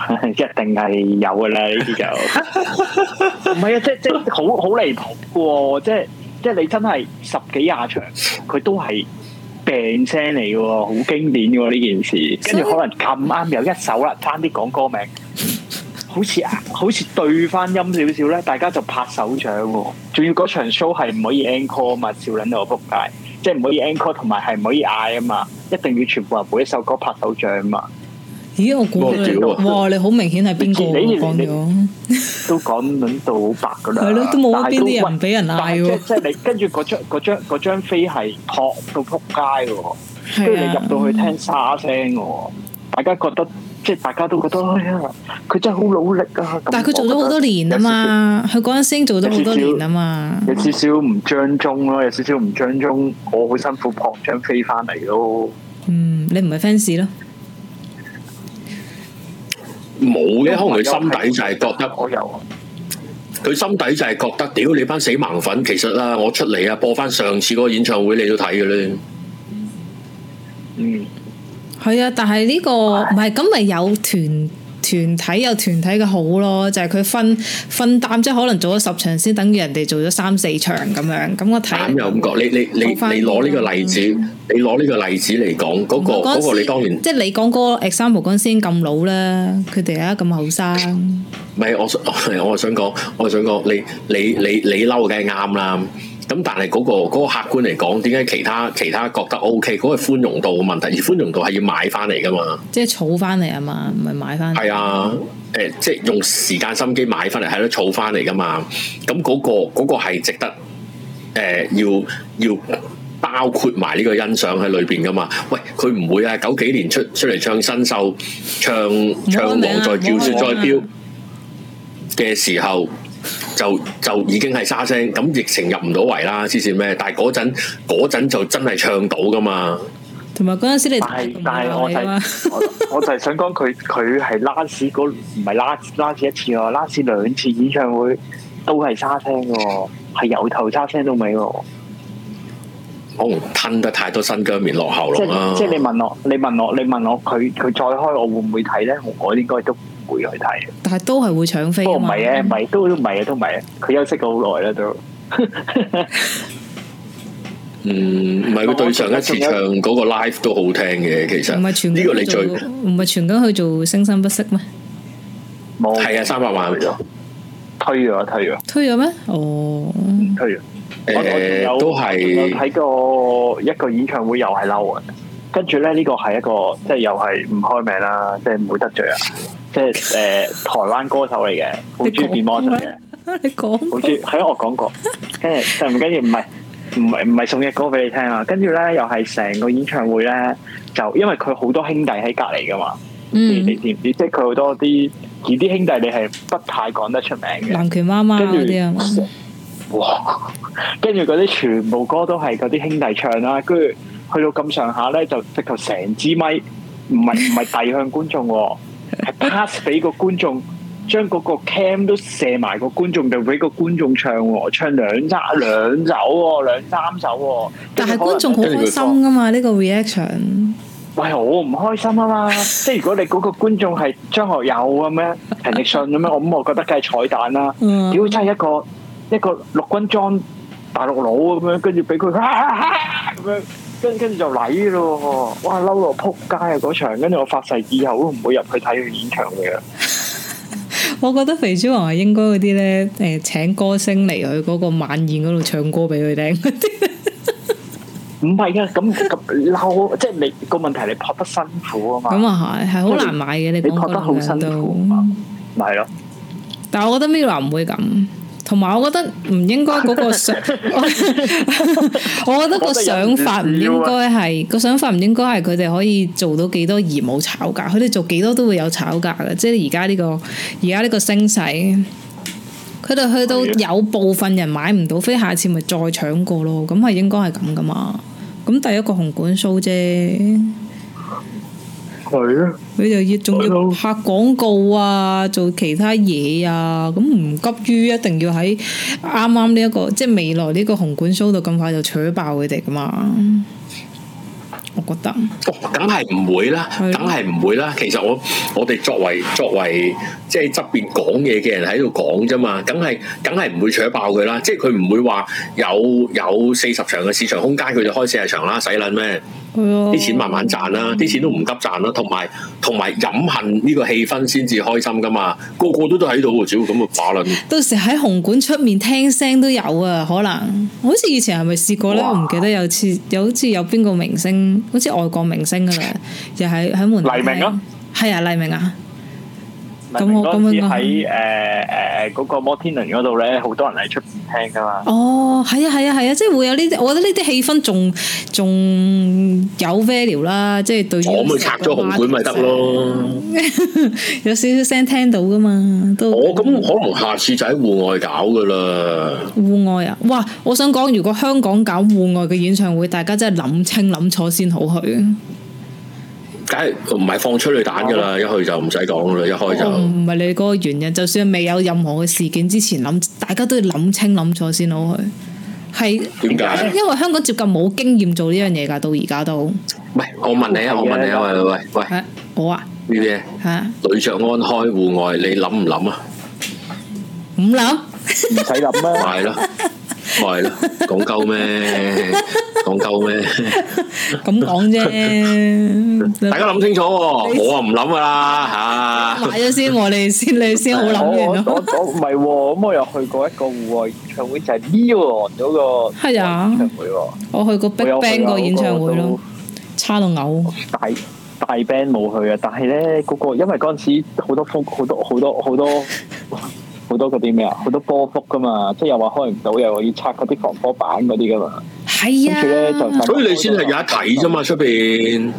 S3: *laughs* 一定係有噶啦，呢啲就 *laughs* 唔係啊！即即好好離譜嘅喎，即即你真係十幾廿場，佢都係病聲嚟嘅喎，好經典嘅喎呢件事。跟住可能咁啱有一首啦，差啲講歌名，好似好似對翻音少少咧，大家就拍手掌喎。仲要嗰場 show 係唔可以 encore 啊嘛，笑撚到我仆街，即唔可以 encore 同埋係唔可以嗌啊嘛，一定要全部人每一首歌拍手掌啊嘛。
S2: 咦，我估
S1: 哇
S2: 佢
S1: 屌啊
S2: 哋，哇，你好明顯係邊個喎
S3: 你你
S2: 講咗？
S3: 都講撚到好白噶啦，
S2: 係咯都冇乜
S3: 但係
S2: 邊啲人
S3: 喂
S2: 俾人嗌
S3: 但係
S2: 喎
S3: 即即係你跟住嗰張嗰張嗰張飛係撲到撲街嘅喎，跟住
S2: 係
S3: 你
S2: 啊
S3: 入，到去聽沙聲嘅喎，大家覺得即係大家都覺得哎呀，佢真係好努力啊！咁
S2: 但係佢做咗
S3: 我覺得
S2: 好多年啊嘛，佢嗰陣先做咗好多年啊嘛。
S3: 有少少唔將中咯，有少少唔將中，我好辛苦撲張飛翻嚟咯。
S2: 嗯，你唔係 fans 咯？
S1: 冇嘅，
S3: 啊
S1: 可能佢心底就係覺得。
S3: 我有，
S1: 佢心底就係覺得，屌你班死盲粉，其實啦，我出嚟啊，播翻上次嗰個演唱會你都睇嘅咧，
S3: 嗯，
S2: 係啊，但係呢、個唔係咁咪有團團體有團體嘅好咯，就係、佢分分擔，即係可能做咗十場先等於人哋做咗三四場咁樣。咁我睇
S1: 膽有咁覺。你你你
S2: 好啊返啲嗯
S1: 你攞呢個例子，你攞呢個例子嚟講，嗰、個
S2: 嗰陣時
S1: 嗰個你當然
S2: 即係你講嗰個 example 嗰陣先咁老啦，佢哋而家咁後生，
S1: 唔係，我想 *laughs* 我係想講，我係想講，你你你你嬲梗係啱啦。咁但係嗰、個嗰、個客觀嚟講，點解其他其他覺得 O K？嗰個係寬容度嘅問題，而寬容度係要買翻嚟噶嘛。
S2: 即係儲翻嚟啊嘛，唔係買翻。
S1: 係啊，誒、即係用時間心機買翻嚟，係咯，儲翻嚟噶嘛。咁嗰、個嗰、個係值得誒、要要包括埋呢個欣賞喺裏邊噶嘛。喂，佢唔會啊，九幾年出出嚟唱新秀，唱唱
S2: 好開
S1: 王
S2: 名啊
S1: 在叫雪再
S2: 好開名啊
S1: 飆嘅時候。就就已經係沙聲，咁疫情入唔到圍啦，黐線咩？但係嗰陣嗰陣就真係唱到噶嘛，
S2: 同埋嗰陣時你
S3: 但係但係我
S2: 啊
S3: 就係、我我就係想講佢佢係 last 嗰唔係 last last 一次喎，last 兩次演唱會都係沙聲嘅喎，係由頭沙聲到尾喎。
S1: 可能吞得太多新疆棉落喉
S3: 即
S1: 嚨啦
S3: 係。即係你問我，你問我，你問我，佢佢再開我會唔會睇咧？我應該都唔會去睇。
S2: *laughs* 但係都係會搶飛
S3: 不過
S2: 啊
S3: 唔
S2: 嘛。
S3: 係嘅，唔係都都唔係嘅，都唔係嘅。佢休息咗好耐啦都。
S1: 嗯，唔係佢對上一次唱嗰個 live 都好聽嘅，其實
S2: 唔係全
S1: 呢個
S2: 個
S1: 你最
S2: 唔係全港去做聲生不息咩？
S3: 冇
S1: 係啊，三百萬誒、
S3: 推咗推咗
S2: 推咗咩？哦， *laughs*
S3: 推咗。我我仲有
S1: 都
S3: 我
S1: 係
S3: 睇過一個演唱會又係嬲啊！跟住咧呢個係一個即係又係唔開名啦，即係唔會得罪啊！即係誒、呃台灣歌手嚟嘅，好中意 Beyonce 嘅，
S2: 你講
S3: 好中意喺我講過，跟住但係唔緊要，唔係唔係唔係送只歌俾你聽啊！跟住咧又係成個演唱會咧，就因為佢好多兄弟喺隔離噶嘛，你你
S2: 嗯，
S3: 知唔知？即係佢好多啲而啲兄弟你係不太講得出名嘅。
S2: 南拳媽媽
S3: 跟住
S2: 嗰啲啊嘛。
S3: 哇！跟住嗰啲全部歌都係嗰啲兄弟唱啦，跟住去到咁上下咧，就直頭成支咪唔
S2: *laughs*
S3: 係唔係遞向觀眾喎，係 pass 俾個觀眾，將嗰個 cam 都射埋個觀眾，就俾個觀眾唱喎，唱兩三兩首喎，兩三首喎。
S2: 但係觀
S3: 跟住
S2: 眾好
S3: 可能
S2: 開心噶嘛，呢個 reaction。
S3: 喂，我唔開心啊嘛！ *laughs* 即係如果你嗰個觀眾係張學友咁樣、陳奕迅咁樣，我咁我覺得梗係彩蛋啦。
S2: 嗯
S3: 屌真係一個一個陸軍裝大陸佬咁樣，跟住俾佢啊啊啊咁樣，跟跟住就嚟咯喎，哇嬲到我撲街啊嗰場！跟住我發誓以後都唔會入去睇佢演唱會啊啦。
S2: 我覺得肥豬王係應該嗰啲咧，誒、請歌星嚟佢嗰個晚宴嗰度唱歌俾佢聽。
S3: 唔係㗎，咁 *laughs* 咁嬲，即係你個問題你撲得辛苦啊
S2: 咁
S3: 嘛，
S2: 啊係，係好難買嘅。你
S3: 你
S2: 講
S3: 撲
S2: 嗰
S3: 得好
S2: 兩樣
S3: 辛
S2: 都
S3: 苦啊，嘛，咪係咯。
S2: 但係我覺得 Mila 唔會咁，同埋我覺得唔應該嗰個想， *laughs* 我我覺得個想法唔應該係個想法唔應該係佢哋可以做到幾多而冇炒價，佢哋做幾多都會有炒價嘅。即係而家呢個而家呢個升勢。佢哋去到
S3: 係
S2: 有部分人買唔到飛，下次咪再搶過咯。咁係應該係咁噶嘛。咁第一個紅館 show 啫。
S3: 係啊，
S2: 佢就要仲要
S3: 係咯
S2: 拍廣告啊，做其他嘢啊，咁唔急於一定要喺啱啱呢一個即係未來呢個紅館 show 度咁快就取爆佢哋噶嘛。我覺得
S1: 梗係唔會啦，
S2: 係
S1: 梗
S2: 咯
S1: 係唔會啦。其實我我哋作為作為即係側邊講嘢嘅人喺度講啫嘛，梗係梗係唔會扯爆佢啦。即係佢唔會話有有四十場嘅市場空間，佢就開四十場啦，使撚咩？
S2: 係咯，
S1: 啲錢慢
S2: 哦
S1: 慢賺啦，啲錢都唔急賺啦，同埋同埋飲恨呢個氣氛先至開心噶嘛。個個都都喺度喎，主要咁啊把撚。
S2: 到時喺紅館出面聽聲都有啊，可能好似以前係咪試過咧？
S3: 哇
S2: 我唔記得有次有好似有邊個明星，好似外國明星噶啦，又係喺門口
S3: 黎明啊
S2: 聽，係啊黎明啊，咁
S3: 明明
S2: 我
S3: 嗰
S2: 咁樣
S3: 陣時
S2: 講
S3: 喺誒誒嗰個摩天輪嗰度咧，好多人喺出邊聽㗎嘛。
S2: 哦，係啊，係啊，係啊，即係會有呢啲，我覺得呢啲氣氛仲仲有 value 啦，即係對於
S1: 我咪拆咗紅館咪得咯，
S2: *laughs* 有少少聲聽到噶嘛，都
S1: 我咁可能下次就喺戶外搞噶啦，
S2: 戶外啊，哇！我想講，如果香港搞戶外嘅演唱會，大家真係諗清諗楚先好去。
S1: 梗係唔係放催淚彈噶啦，一去就唔使講啦，一開就
S2: 我唔係你嗰個原因，就算未有任何嘅事件之前諗，大家都要諗清諗楚先好去。係
S1: 點解？
S2: 因為香港接近冇經驗做呢樣嘢㗎，到而家都
S1: 喂，我問你啊，我問你啊，喂喂喂喂，
S2: 係啊我啊
S1: 呢啲嘢
S2: 係啊
S1: 女着安開戶外，你諗唔諗啊？
S2: 唔諗。
S3: 唔使諗啊啦，
S1: 咪係咯，咪係咯，講鳩咩？講鳩咩？
S2: 咁講
S3: *laughs*
S2: 啫，
S1: 大家諗清楚喎，我啊唔諗噶啦嚇。
S2: 買咗先喎，你先
S3: *laughs*
S2: 你先好
S3: *laughs* 我
S2: 諗
S3: 我
S2: 完
S3: 我
S2: 咯。
S3: 我唔係喎，咁我又去過一個戶外演唱會，就係 Leon 嗰個
S2: 係啊
S3: 演唱會喎。
S2: 我去過 Big
S3: 我有去啊
S2: Bang 個演唱會咯，差到嘔。
S3: 大大 band 冇去啊，但係咧嗰個因為嗰陣時好多風好多好多好多好多嗰啲咩啊，好多波幅噶嘛，即係又話開唔到，又要拆嗰啲防波板嗰啲噶嘛，
S2: 係
S3: 跟住咧就
S2: 啊，
S1: 所以你先係有一睇啫嘛，出邊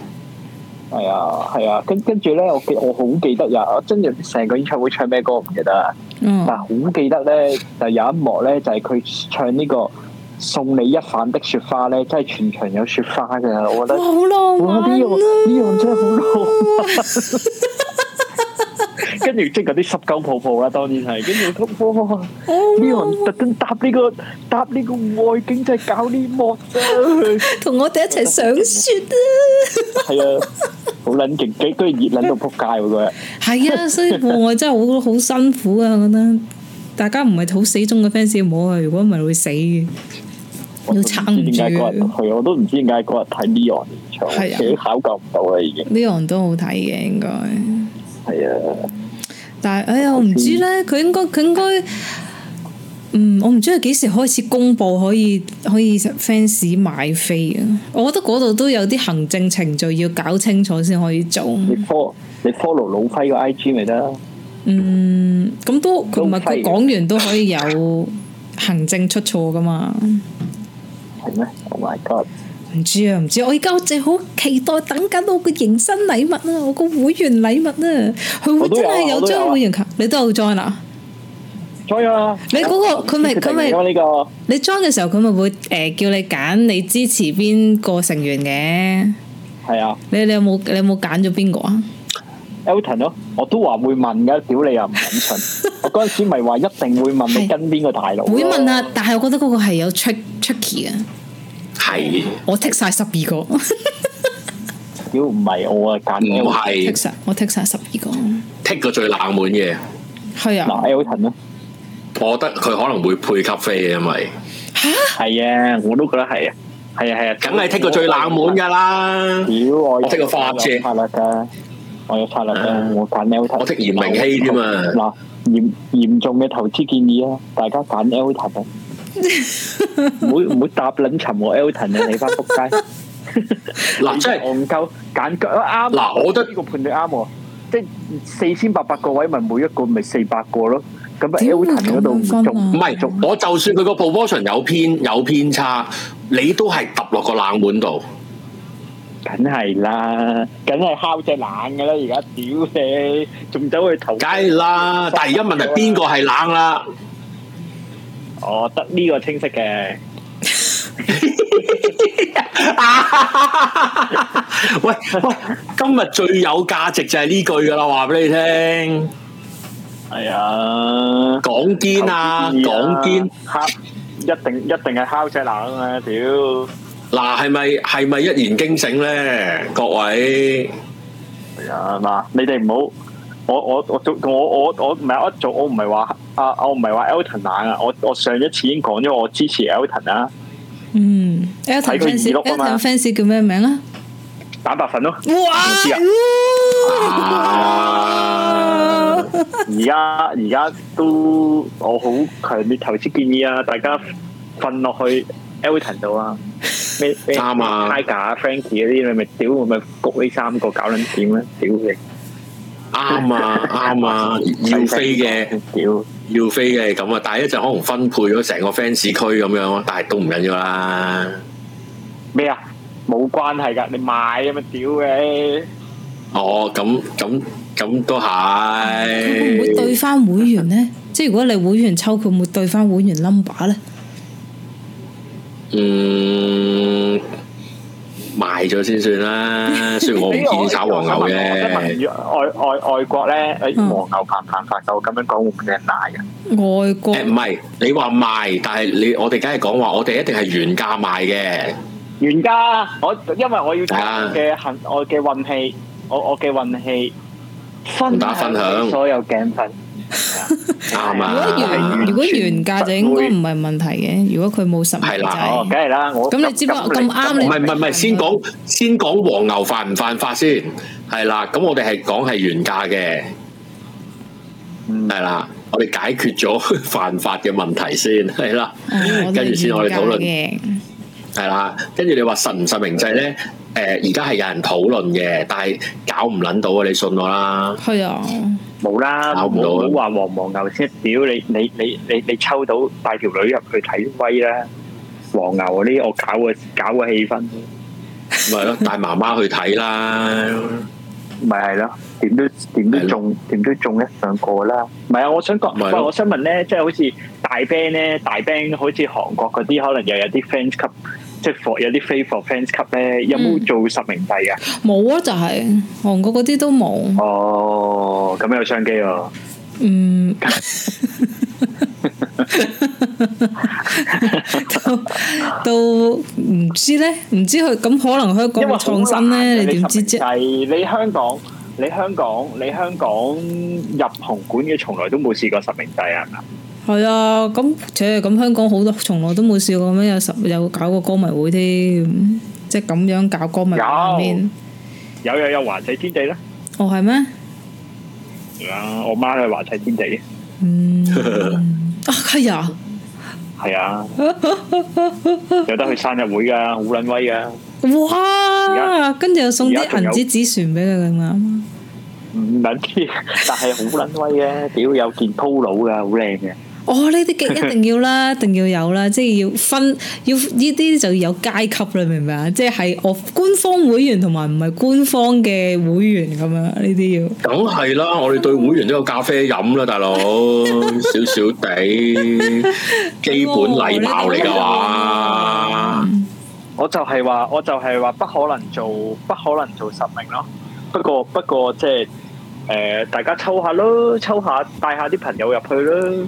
S3: 係啊係啊，跟跟住咧我記我好記得呀，我真係成個演唱會唱咩歌唔記得啊啦，
S2: 嗯
S3: 但係好記得咧就有一幕咧就係佢唱呢個送你一瓣的雪花咧，真係全場有雪花嘅，我覺
S2: 哇，
S3: 得。
S2: 好啊浪
S3: 哇！呢
S2: 漫
S3: 樣呢樣真係好
S2: 啊！
S3: 浪
S2: *laughs*
S3: 漫，跟住即係嗰啲濕鳩泡泡啦，當然係。跟住哇！
S2: 啊
S3: 呢樣特登搭呢個搭呢個戶外景，真係搞呢幕啫。
S2: 同我哋一齊上雪啊！
S3: 係啊，好撚勁，跟跟住熱撚到撲街喎嗰日。
S2: 係
S3: *laughs*
S2: 啊，所以戶外真係好好辛苦啊！我覺得大家唔係好死忠嘅 fans 唔好去，如果唔係會死嘅。
S3: 我
S2: 要
S3: 都唔
S2: 撐唔
S3: 知點解嗰日
S2: 住。
S3: 去，我都唔知點解嗰日睇 Leon 演唱會，
S2: 係啊
S3: 自己考究唔到啦已經。
S2: 呢樣都好睇嘅應該。
S3: 係啊，
S2: 但係，哎呀，我唔知咧，佢應該佢應該，嗯，我唔知佢幾時開始公佈可以可以 fans 買飛啊！我覺得嗰度都有啲行政程序要搞清楚先可以做。
S3: 你 follow 你 follow 老輝個 IG 咪得啦。
S2: 嗯，咁都佢唔係
S3: 都廢
S2: 佢
S3: 嘅
S2: 講完都可以有行政出錯噶嘛？
S3: 係咩？Oh my god！
S2: 唔知啊，唔知啊！我而家正好期待等緊我個迎新禮物啊，我個會員禮物啊，佢會
S3: 我都
S2: 真
S3: 有啊
S2: 係有
S3: 我都有
S2: 張
S3: 啊
S2: 會員卡，你都有 join 啊？
S3: 所以啊，
S2: 你嗰個佢咪佢咪
S3: 決定咗呢個。
S2: 你 join 嘅時候，佢咪會誒、呃叫你揀你支持邊個成員嘅？
S3: 係啊
S2: 你你有冇你有冇揀咗邊個啊？
S3: ，Elton 咯，我都話會問噶，屌你又唔肯信。我嗰陣時咪話一定會問你跟邊個大佬。
S2: 會問啊，，但係我覺得嗰個係有 trick tricky 啊！
S1: 係
S2: 我剔晒十二個，
S3: *laughs* 屌唔係我啊，揀
S1: 唔
S3: Elton
S2: 剔
S1: 係
S2: 晒我剔晒十二個，
S1: 剔個最冷門嘅？
S2: 係啊
S3: 嗱 Elton 咯，
S1: 我覺得佢可能會配給飛嘅，因為
S3: à, 係啊，我都覺得係啊。係啊係啊，
S1: 梗係剔個最冷門㗎啦。
S3: 屌我
S1: 我
S3: 有
S1: 剔個花姐
S3: 我有策略㗎，我有策略
S1: 啊
S3: 㗎，我揀 L
S1: 我剔嚴明熙添啊
S3: 嗱，嚴嚴重嘅投資建議啊，大家揀 L 騰
S2: *laughs*
S3: 啊，唔好唔好搭撚沉我 L 騰啊，你翻仆街！
S1: 嗱，即係
S3: 我唔夠揀腳啊啱。
S1: 嗱我覺得
S3: 呢個判斷啱喎，即係四千八百個位，咪每一個咪四百個咯。咁啊
S2: 點
S3: L
S2: 會
S3: 騰嗰度
S2: 咁樣分啊
S3: 仲
S1: 唔係我就算佢個 proportion 有偏有偏差，你都係揼落個冷門度。
S3: 梗係啦，梗係敲隻冷嘅啦，而家屌你，仲走去投？啊
S1: 梗係啦，但係而家問題邊個係冷啦？ *laughs*
S3: 哦，得呢個清晰嘅。
S1: 喂喂，今日最有價值就係呢句噶啦，話俾你聽。
S3: 係啊。
S1: 講堅啊，講堅
S3: 敲一定一定係敲隻冷啊嘛！屌，
S1: 嗱，係咪係咪一言驚醒咧？各位，
S3: 係啊嗱，你哋唔好。我我我做我我我唔係我做我唔係話啊我唔係話 Elton 冷啊我我上一次已經講咗我支持 Elton 啊啦
S2: 嗯，Elton
S3: 睇佢
S2: fans
S3: 娛樂啊嘛
S2: Elton fans 叫咩名啊？
S3: 蛋白粉咯唔知啊
S1: 啊
S2: 哇！哇
S3: 而家而家都我好強烈投資建議啊大家瞓落去 Elton 度啊咩咩
S1: 啱啊
S3: Tiger Frankie 嗰啲你咪屌我咪焗呢三個搞撚點咧屌你
S1: 啱啊啱
S3: *laughs*
S1: 啊，要飛嘅
S3: 屌！
S1: 要飛嘅咁啊，但係一陣可能分配咗成個 fans 區咁樣咯，但係都唔緊要啦。
S3: 咩啊？冇關係㗎，你買啊嘛，屌嘅！
S1: 哦，咁咁咁都
S2: 會唔會
S1: 係
S2: 對。翻會員呢？即係如果你會員抽，佢會唔會對翻會員 number 呢？
S1: 嗯，賣咗先算
S3: *laughs*
S1: 啦。雖然我唔建議炒黃牛嘅，
S3: 我想問外外外國咧，誒
S2: 嗯
S3: 黃牛犯唔犯法？我咁樣講會唔會有人賴啊嘅？
S2: 外國
S1: 誒唔係你話賣，但係你我哋梗係講話，我哋一定係原價賣嘅。
S3: 原價，我因為我要睇
S1: 啊
S3: 我嘅幸，我嘅運氣，我我嘅運氣分
S1: 大家分享
S3: 所有鏡粉。
S1: 啱
S2: 如果
S1: 啊，
S2: 原如果原價就應該唔係問題嘅，如果佢冇十蚊
S1: 係啦
S3: 哦，
S2: 仔
S3: 梗，係啦，我
S2: 咁你只不過咁啱你
S1: 唔係唔係唔係，先講先講黃牛犯唔犯法先，係啦。咁我哋係講係原價嘅，
S3: 嗯
S1: 係啦。我哋解決咗 *laughs* 犯法嘅問題先，係啦。哦
S2: 哦
S1: 跟住先我哋討論。
S2: 嘅。
S1: 係啦，跟住你話實唔實名制咧？誒，而家係有人討論嘅，但係搞唔撚到啊！你信我啦。
S2: 係啊，
S3: 冇啦，
S1: 搞唔
S3: 冇
S1: 到啊
S3: 冇話黃黃牛先，屌你你你你你抽到帶條女入去睇威啦，黃牛嗰啲我搞個搞個氣氛，
S1: 咪咯，帶媽媽去睇啦。
S3: 咪係咯，點都點都
S1: 係咯
S3: 中點都中一兩個啦。唔係啊，我想講，
S1: 咪係
S3: 喂，
S1: 咯
S3: 我想問咧，即係好似大 band 咧，大 band 好似韓國嗰啲，可能又有啲 fans club，即係 for 有啲 f a v o r fans club 咧，有
S2: 嗯
S3: 冇做實名制㗎？
S2: 冇啊，就係韓國嗰啲都冇。
S3: 哦，咁有商機喎。
S2: 嗯， *laughs* 都都唔知咧，唔知佢咁可能香港
S3: 因為
S2: 嘅創新咧，
S3: 啊
S2: 你點知啫？
S3: 係你香港，你香港，你香港入紅館嘅從來都冇試過實名制啊！
S2: 係啊，咁且咁香港好多從來都冇試過咁樣有十有搞過歌迷會添，即係咁樣搞歌迷會入面，
S3: 有有有華仔天地啦，
S2: 哦係咩？
S3: 啊！我媽去華仔天地嘅，
S2: 嗯，啊係啊，
S3: 係啊， *laughs* 有得去生日會噶，好撚威噶，
S2: 哇！跟住又送啲
S3: 而家仲
S2: 銀
S3: 有
S2: 紙紙船俾佢咁啊！
S3: 唔撚
S1: *laughs*
S3: 知，但係好撚威嘅，屌有件 polo 噶，好靚嘅，
S2: 哦，呢啲
S3: *laughs*
S2: 嘅一定要啦，一定要有啦，即係要分，要呢啲就要有階級啦，明唔明啊？即係我官方會員同埋唔係官方嘅會員咁樣，啊呢啲要
S1: 梗係啦，我哋對會員都有咖啡飲啦，大佬，少少地，基本禮貌嚟㗎嘛。
S3: 我就係話，我就係話不可能做，不可能做實名咯。不過不過即係誒，大家抽下咯，抽下帶下啲朋友入去咯。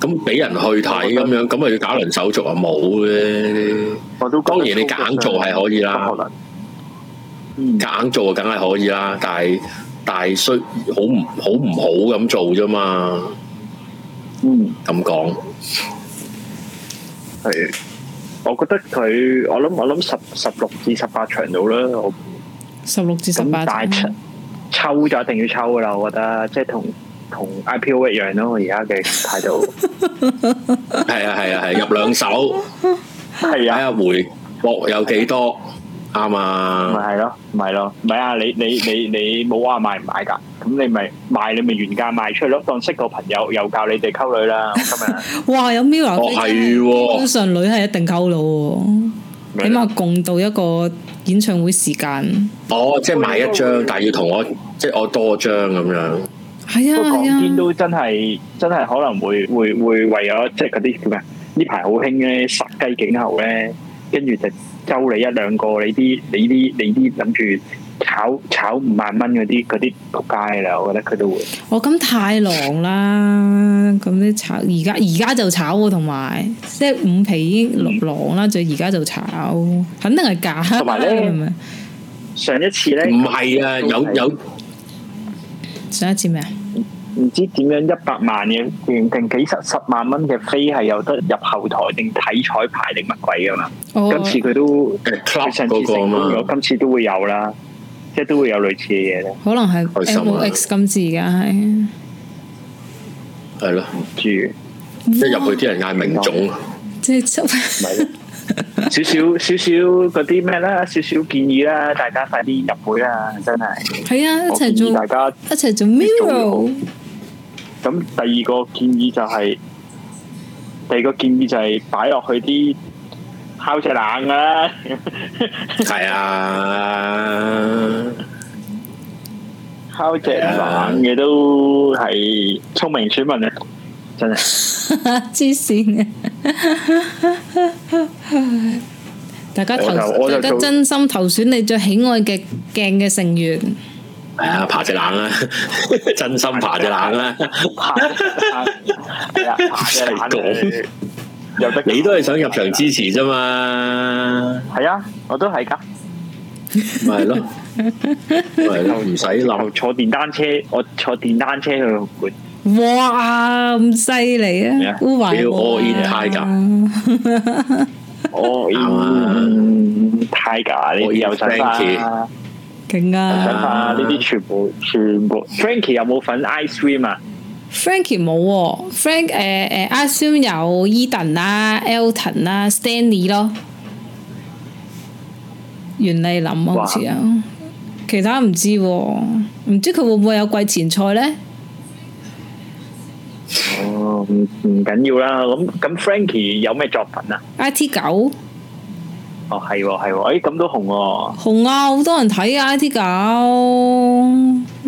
S1: 咁俾人去睇咁樣，咁咪要搞輪手續啊？冇嘅，
S3: 我都
S1: 當然你夾硬做係可以啦
S3: 不可能。嗯，
S1: 夾硬做啊，梗係可以啦，但係但係需好唔好唔好咁做啫嘛，
S3: 嗯，
S1: 咁講
S3: 係。我覺得佢，我諗我諗十十六至十八場到啦，我
S2: 十六至十
S3: 咁
S2: 八
S3: 但係抽抽就一定要抽噶啦，我覺得即係同同 IPO 一樣咯，我而家嘅
S2: *laughs*
S3: 態度
S1: 係啊係啊係入兩手睇
S3: 係啊，
S1: 下回博有幾多啱
S3: 咪
S1: 啊？
S3: 係咯，咪係咯，唔係啊，你你你你冇話買唔買㗎？咁你咪賣你咪原價賣出去咯，當識個朋友又教你哋溝女啦，我今日。
S2: 哇，有 mirror
S1: 哦係喎
S2: 基本上女係一定溝佬喎， *laughs* 起碼共度一個演唱會時間。
S1: 哦，即係買一張，但係要同我即係我多張咁樣。
S2: 係
S3: 不過
S2: 啊
S3: 講
S2: 係
S3: 堅
S2: 啊，
S3: 都真係真係可能會會會為咗即係嗰啲叫咩？啊呢排好興咧殺雞儆猴咧，跟住就周你一兩個，你啲你啲你啲諗住炒炒五萬蚊嗰啲嗰啲仆街啦，我覺得佢都會
S2: 我哦咁太狼啦，咁啲炒而家而家就炒喎，同埋即係五皮已經狼啦，最而家就炒，肯定係假。
S3: 同埋呢
S2: 係咪
S3: 上一次咧
S2: 嗯
S1: 唔係啊，有有
S2: 上一次咩啊？
S3: 唔知點樣一百萬嘅定定幾十十萬蚊嘅飛係有得入後台定睇彩排定乜鬼噶嘛？
S2: 哦
S3: 今次佢都
S1: 誒
S3: 佢
S1: club
S3: 上次
S1: 嗰
S3: 成
S1: 個啊
S3: 功
S1: 嘛
S3: 咗，。今次都會有啦，即係都會有類似嘅嘢咧。
S2: 可能係
S1: 開心啊
S2: M O X 今次而家係。
S1: 係咯，
S3: 住。
S1: 一入去啲人嗌啊明總，
S2: 即係
S3: 咪咯少少少少嗰啲咩啦，少少建議啦，大家快啲入會啦，真係。
S2: 係啊，一
S3: 我建
S2: 齊
S3: 議
S2: 做
S3: 大家
S2: 一齊做
S3: 做
S2: mirror，
S3: 咁第二個建議就係、第二個建議就係擺落去啲烤隻冷㗎啦， *laughs*
S1: 係啊，
S3: 烤隻冷嘅都係聰明選民啊，
S1: *laughs*
S3: 真
S2: *laughs*
S3: 係。
S2: 黐線嘅。大家投，
S3: 我就我就
S2: 大家
S3: 做
S2: 真心投選你最喜愛嘅鏡嘅成員，
S1: 係啊，爬隻冷 *laughs* 啦，真心爬隻冷啊啦，
S3: 爬係啦，爬隻冷
S1: 係
S3: 嘅有得
S1: 你都係想入場支持啫嘛，
S3: 係啊，我都係㗎。
S1: 咪 *laughs* 係咯，咪係咯，唔使
S3: 我
S1: 諗，
S3: 坐電單車，我坐電單車去紅館。
S2: 哇咁犀利
S3: 係
S2: 啊
S3: 啊！
S2: 烏華
S1: 你要 all in
S2: Tiger，
S3: 哦，
S1: 啱啊
S3: 嗯，Tiger 呢啲有想法，
S1: Frankie
S3: 有想
S1: *laughs*
S2: 勁啊
S3: 法呢啲全部全部。Frankie 有冇份 Ice Cream 啊？
S2: ！Frankie 冇喎，Frank 誒誒 i s u m 有 Eden 啦、Elton 啦、Stanley 咯，袁麗林好似啊，其他唔知喎，唔知佢會唔會有季前賽咧？
S3: 哦，唔唔緊要啦。咁咁 Frankie 有咩作品啊？
S2: I T 九
S3: 哦，係喎係喎，誒咁都紅喎。 *laughs*
S2: 紅啊，好多人睇啊！I T 九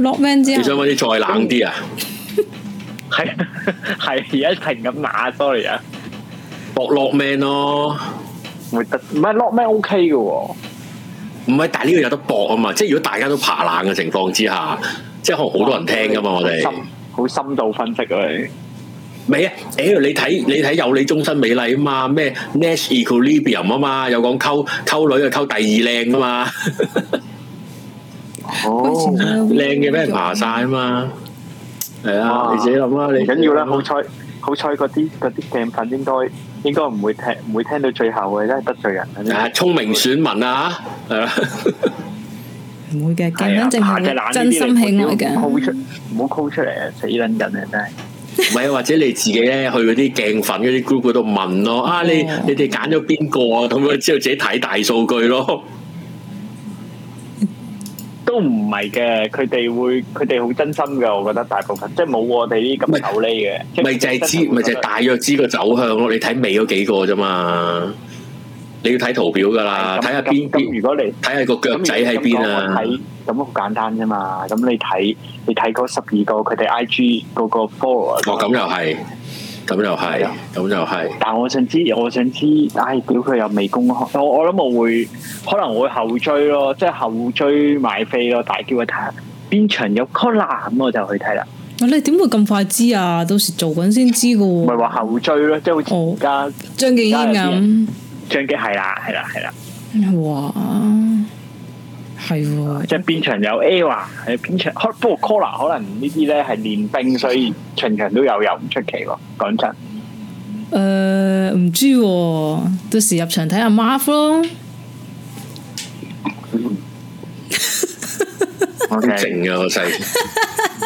S2: Lockman 之
S1: 你想
S2: 後，
S1: 揾啲再冷啲啊？
S3: 係係而家停咁打，sorry 啊。
S1: 搏落命咯，
S3: 會得唔係 Lock 咩 OK 嘅喎？
S1: 唔係，但係呢個有得搏啊嘛，即係如果大家都爬冷嘅情況之下，即係可能好多人聽噶嘛，我哋
S3: 好。深好深度分析啊你。
S1: 未啊？屌你睇你睇有你終身美麗啊嘛，咩 Nash Equilibrium 啊嘛，有講溝溝女啊溝第二靚啊嘛，
S3: 哦。
S1: 靚嘅俾人爬晒啊嘛，係啊，
S3: 哇
S1: 你自己諗啦，
S3: 唔
S1: 你
S3: 緊要啦，好彩好彩嗰啲嗰啲鏡粉應該應該唔會聽唔會聽到最後嘅，真係得罪人啊！
S1: 啊，聰明選民啊，係啦，
S2: 唔會嘅，咁
S3: 係啊
S2: 樣淨
S3: 爬隻
S2: 係
S3: 懶
S2: 真
S3: 呢啲
S2: 心喜愛
S3: 你唔好 call 出
S2: 嘅。
S3: 唔好 call 出嚟啊！死撚人啊！真係
S1: *laughs* 唔係啊或者你自己咧去嗰啲鏡粉嗰啲 group 嗰度問咯，啊你
S2: 哦
S1: 你哋揀咗邊個啊？咁佢之後自己睇大數據咯，
S3: 都唔係嘅，佢哋會佢哋好真心嘅，我覺得大部分即係冇我哋啲咁口呢嘅，即
S1: 咪就係知咪
S3: 哎
S1: 就係大約知個走向咯，你睇尾嗰幾個啫嘛，你要睇圖表噶啦，睇下邊
S3: 咁咁
S1: 邊
S3: 如果你。
S1: 睇下個腳仔喺邊啊！
S3: 咁如果咁講我睇咁好簡單啫嘛，咁你睇你睇嗰十二個佢哋 I G 嗰個 follower，
S1: 哦，咁又係，咁又係
S3: 係啊，
S1: 咁又係，
S3: 但我想知，我想知，唉，屌佢又未公開，我我諗我會可能我會後追咯，即係後追買飛咯，大叫佢睇下邊場有 call 男，我就去睇啦。
S2: 喂哦你點會咁快知啊？到時做緊先知嘅
S3: 唔係
S2: 喎。
S3: 話後追咯，即係好似而家
S2: 張敬軒咁，
S3: 張機係啦，係啦，係啦，
S2: 哇，係喎，
S3: 即係邊場有 Air，係邊場可不過 Cola 可能呢啲咧係練兵，所以場場都有，又唔出奇喎。講真，
S2: 誒呃唔知喎，到時入場睇下 Marv 咯。
S3: 我
S1: 都靜嘅個細，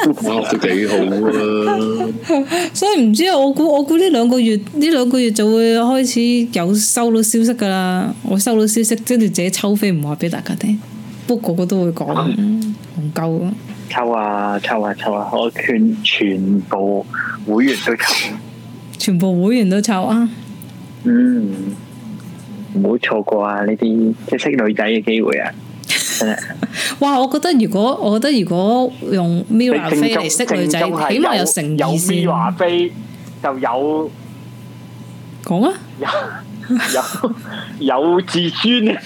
S1: 我覺得幾好啊！
S2: 所以唔知啊，我估我估呢兩個月呢兩個月就會開始有收到消息噶啦。我收到消息，跟住自己抽飛唔話俾大家聽，不過個個都會講，唔夠啊！
S3: 抽啊抽啊抽啊！我勸全部會員都抽，
S2: 全部會員都抽啊！
S3: 嗯，唔好錯過啊！呢啲即係識女仔嘅機會啊！真係
S2: 哇！我覺得如果我覺得如果用 Mirror
S3: 你
S2: 飛
S3: 正宗
S2: 嚟識女仔，
S3: 正宗係
S2: 起碼有誠意
S3: 有
S2: 先
S3: 咪華飛就有
S2: 講啊！
S3: 有有 *laughs* 有自尊啊！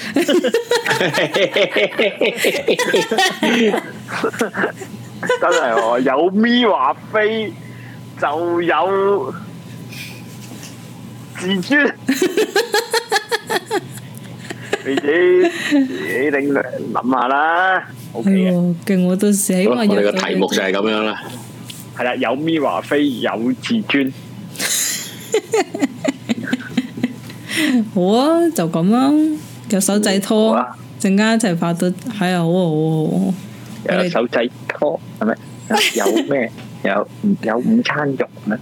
S3: 真係喎，有咪華飛就有自尊。你自己自己定諗下啦，OK
S2: 係
S3: 嘅。
S2: 喎，哎勁我到時起
S1: 好啦
S2: 碼
S1: 我哋
S2: 約
S1: 個
S2: 到
S1: 題目就係咁樣啦。
S3: 係啦，有 Mirror 飛有自尊，
S2: *laughs* 好啊，就咁啦，有手仔拖
S3: 好啊，
S2: 陣間一齊拍到，係啊，好啊，好啊，好啊。我
S3: 有
S2: 哋
S3: 手仔拖，係咪？有咩？有有午餐肉咩？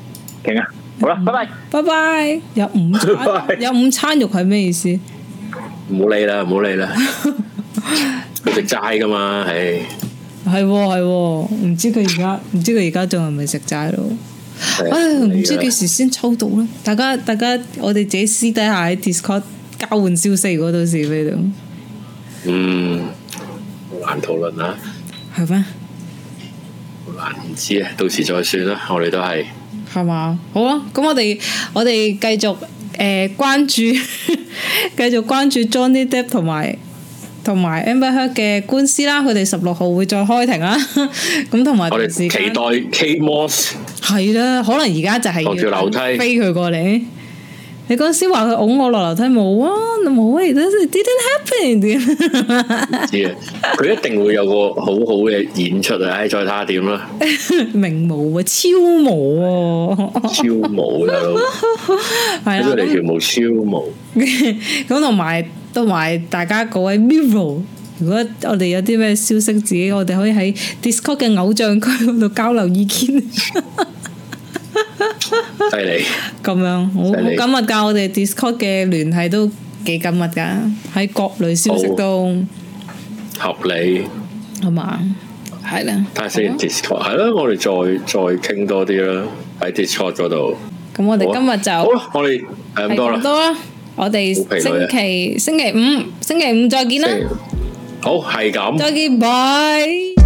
S3: 勁啊！好啦，拜拜。
S2: 拜拜。有午餐
S1: 拜拜
S2: 有午餐肉係咩意思？
S1: 唔好理啦，唔好理啦。佢食齋噶嘛，唉，
S2: 係喎係喎，唔知佢而家唔知佢而家仲係咪食齋咯？
S1: 係啊
S2: 唉，唔
S1: 理㗎
S2: 知
S1: 啦
S2: 幾時先抽到咧？大家大家，我哋自己私底下喺 Discord 交換消息，如果到時俾到
S1: 嗯，好難討論啊，
S2: 係咩？
S1: 好難唔知啊，到時再算啦。我哋都係
S2: 係嘛？好啊，咁我哋我哋繼續誒、呃、關注， *laughs* 繼續關注 Johnny Depp 同埋同埋 Amber Heard 嘅官司啦。佢哋十六號會再開庭啦。 *laughs* 咁同埋
S1: 我哋
S2: 同時
S1: 期
S2: 間
S1: 待 K Moss
S2: 係啦，可能而家就係
S1: 落條樓梯
S2: 飛佢過嚟。你嗰陣時話佢㧬我落樓梯冇啊，冇啊，而家 didn't happen *laughs*
S1: 知啊，佢一定會有個好好嘅演出啊！唉，再睇下點
S2: *laughs*
S1: 啦，
S2: 明冇啊，超冇
S1: *laughs*
S2: 啊，
S1: 超模大佬，睇
S2: 係啊啦
S1: 到你
S2: 咁
S1: 條毛超模，
S2: *laughs* 咁同埋同埋大家各位 Miro，如果我哋有啲咩消息，自己我哋可以喺 Discord 嘅偶像區嗰度交流意見， *laughs*
S1: 犀利。
S2: 咁樣好好
S1: 犀利
S2: 緊密㗎。我哋 Discord 嘅聯繫都幾緊密㗎，喺各類消息
S1: 好
S2: 都
S1: 合理，
S2: 係嘛，係啦。啊
S1: 睇下先 Discord 係啦，我哋再再傾多啲啦，喺 Discord 嗰度。
S2: 咁我哋
S1: 好啊
S2: 今日就
S1: 好啦，我哋係咁
S2: 係
S1: 多
S2: 咁
S1: 啦。
S2: 多啦。我哋
S1: 好疲累
S2: 星
S1: 啊
S2: 期星期五星期五再見啦，
S1: 好，係咁。
S2: 再見，拜。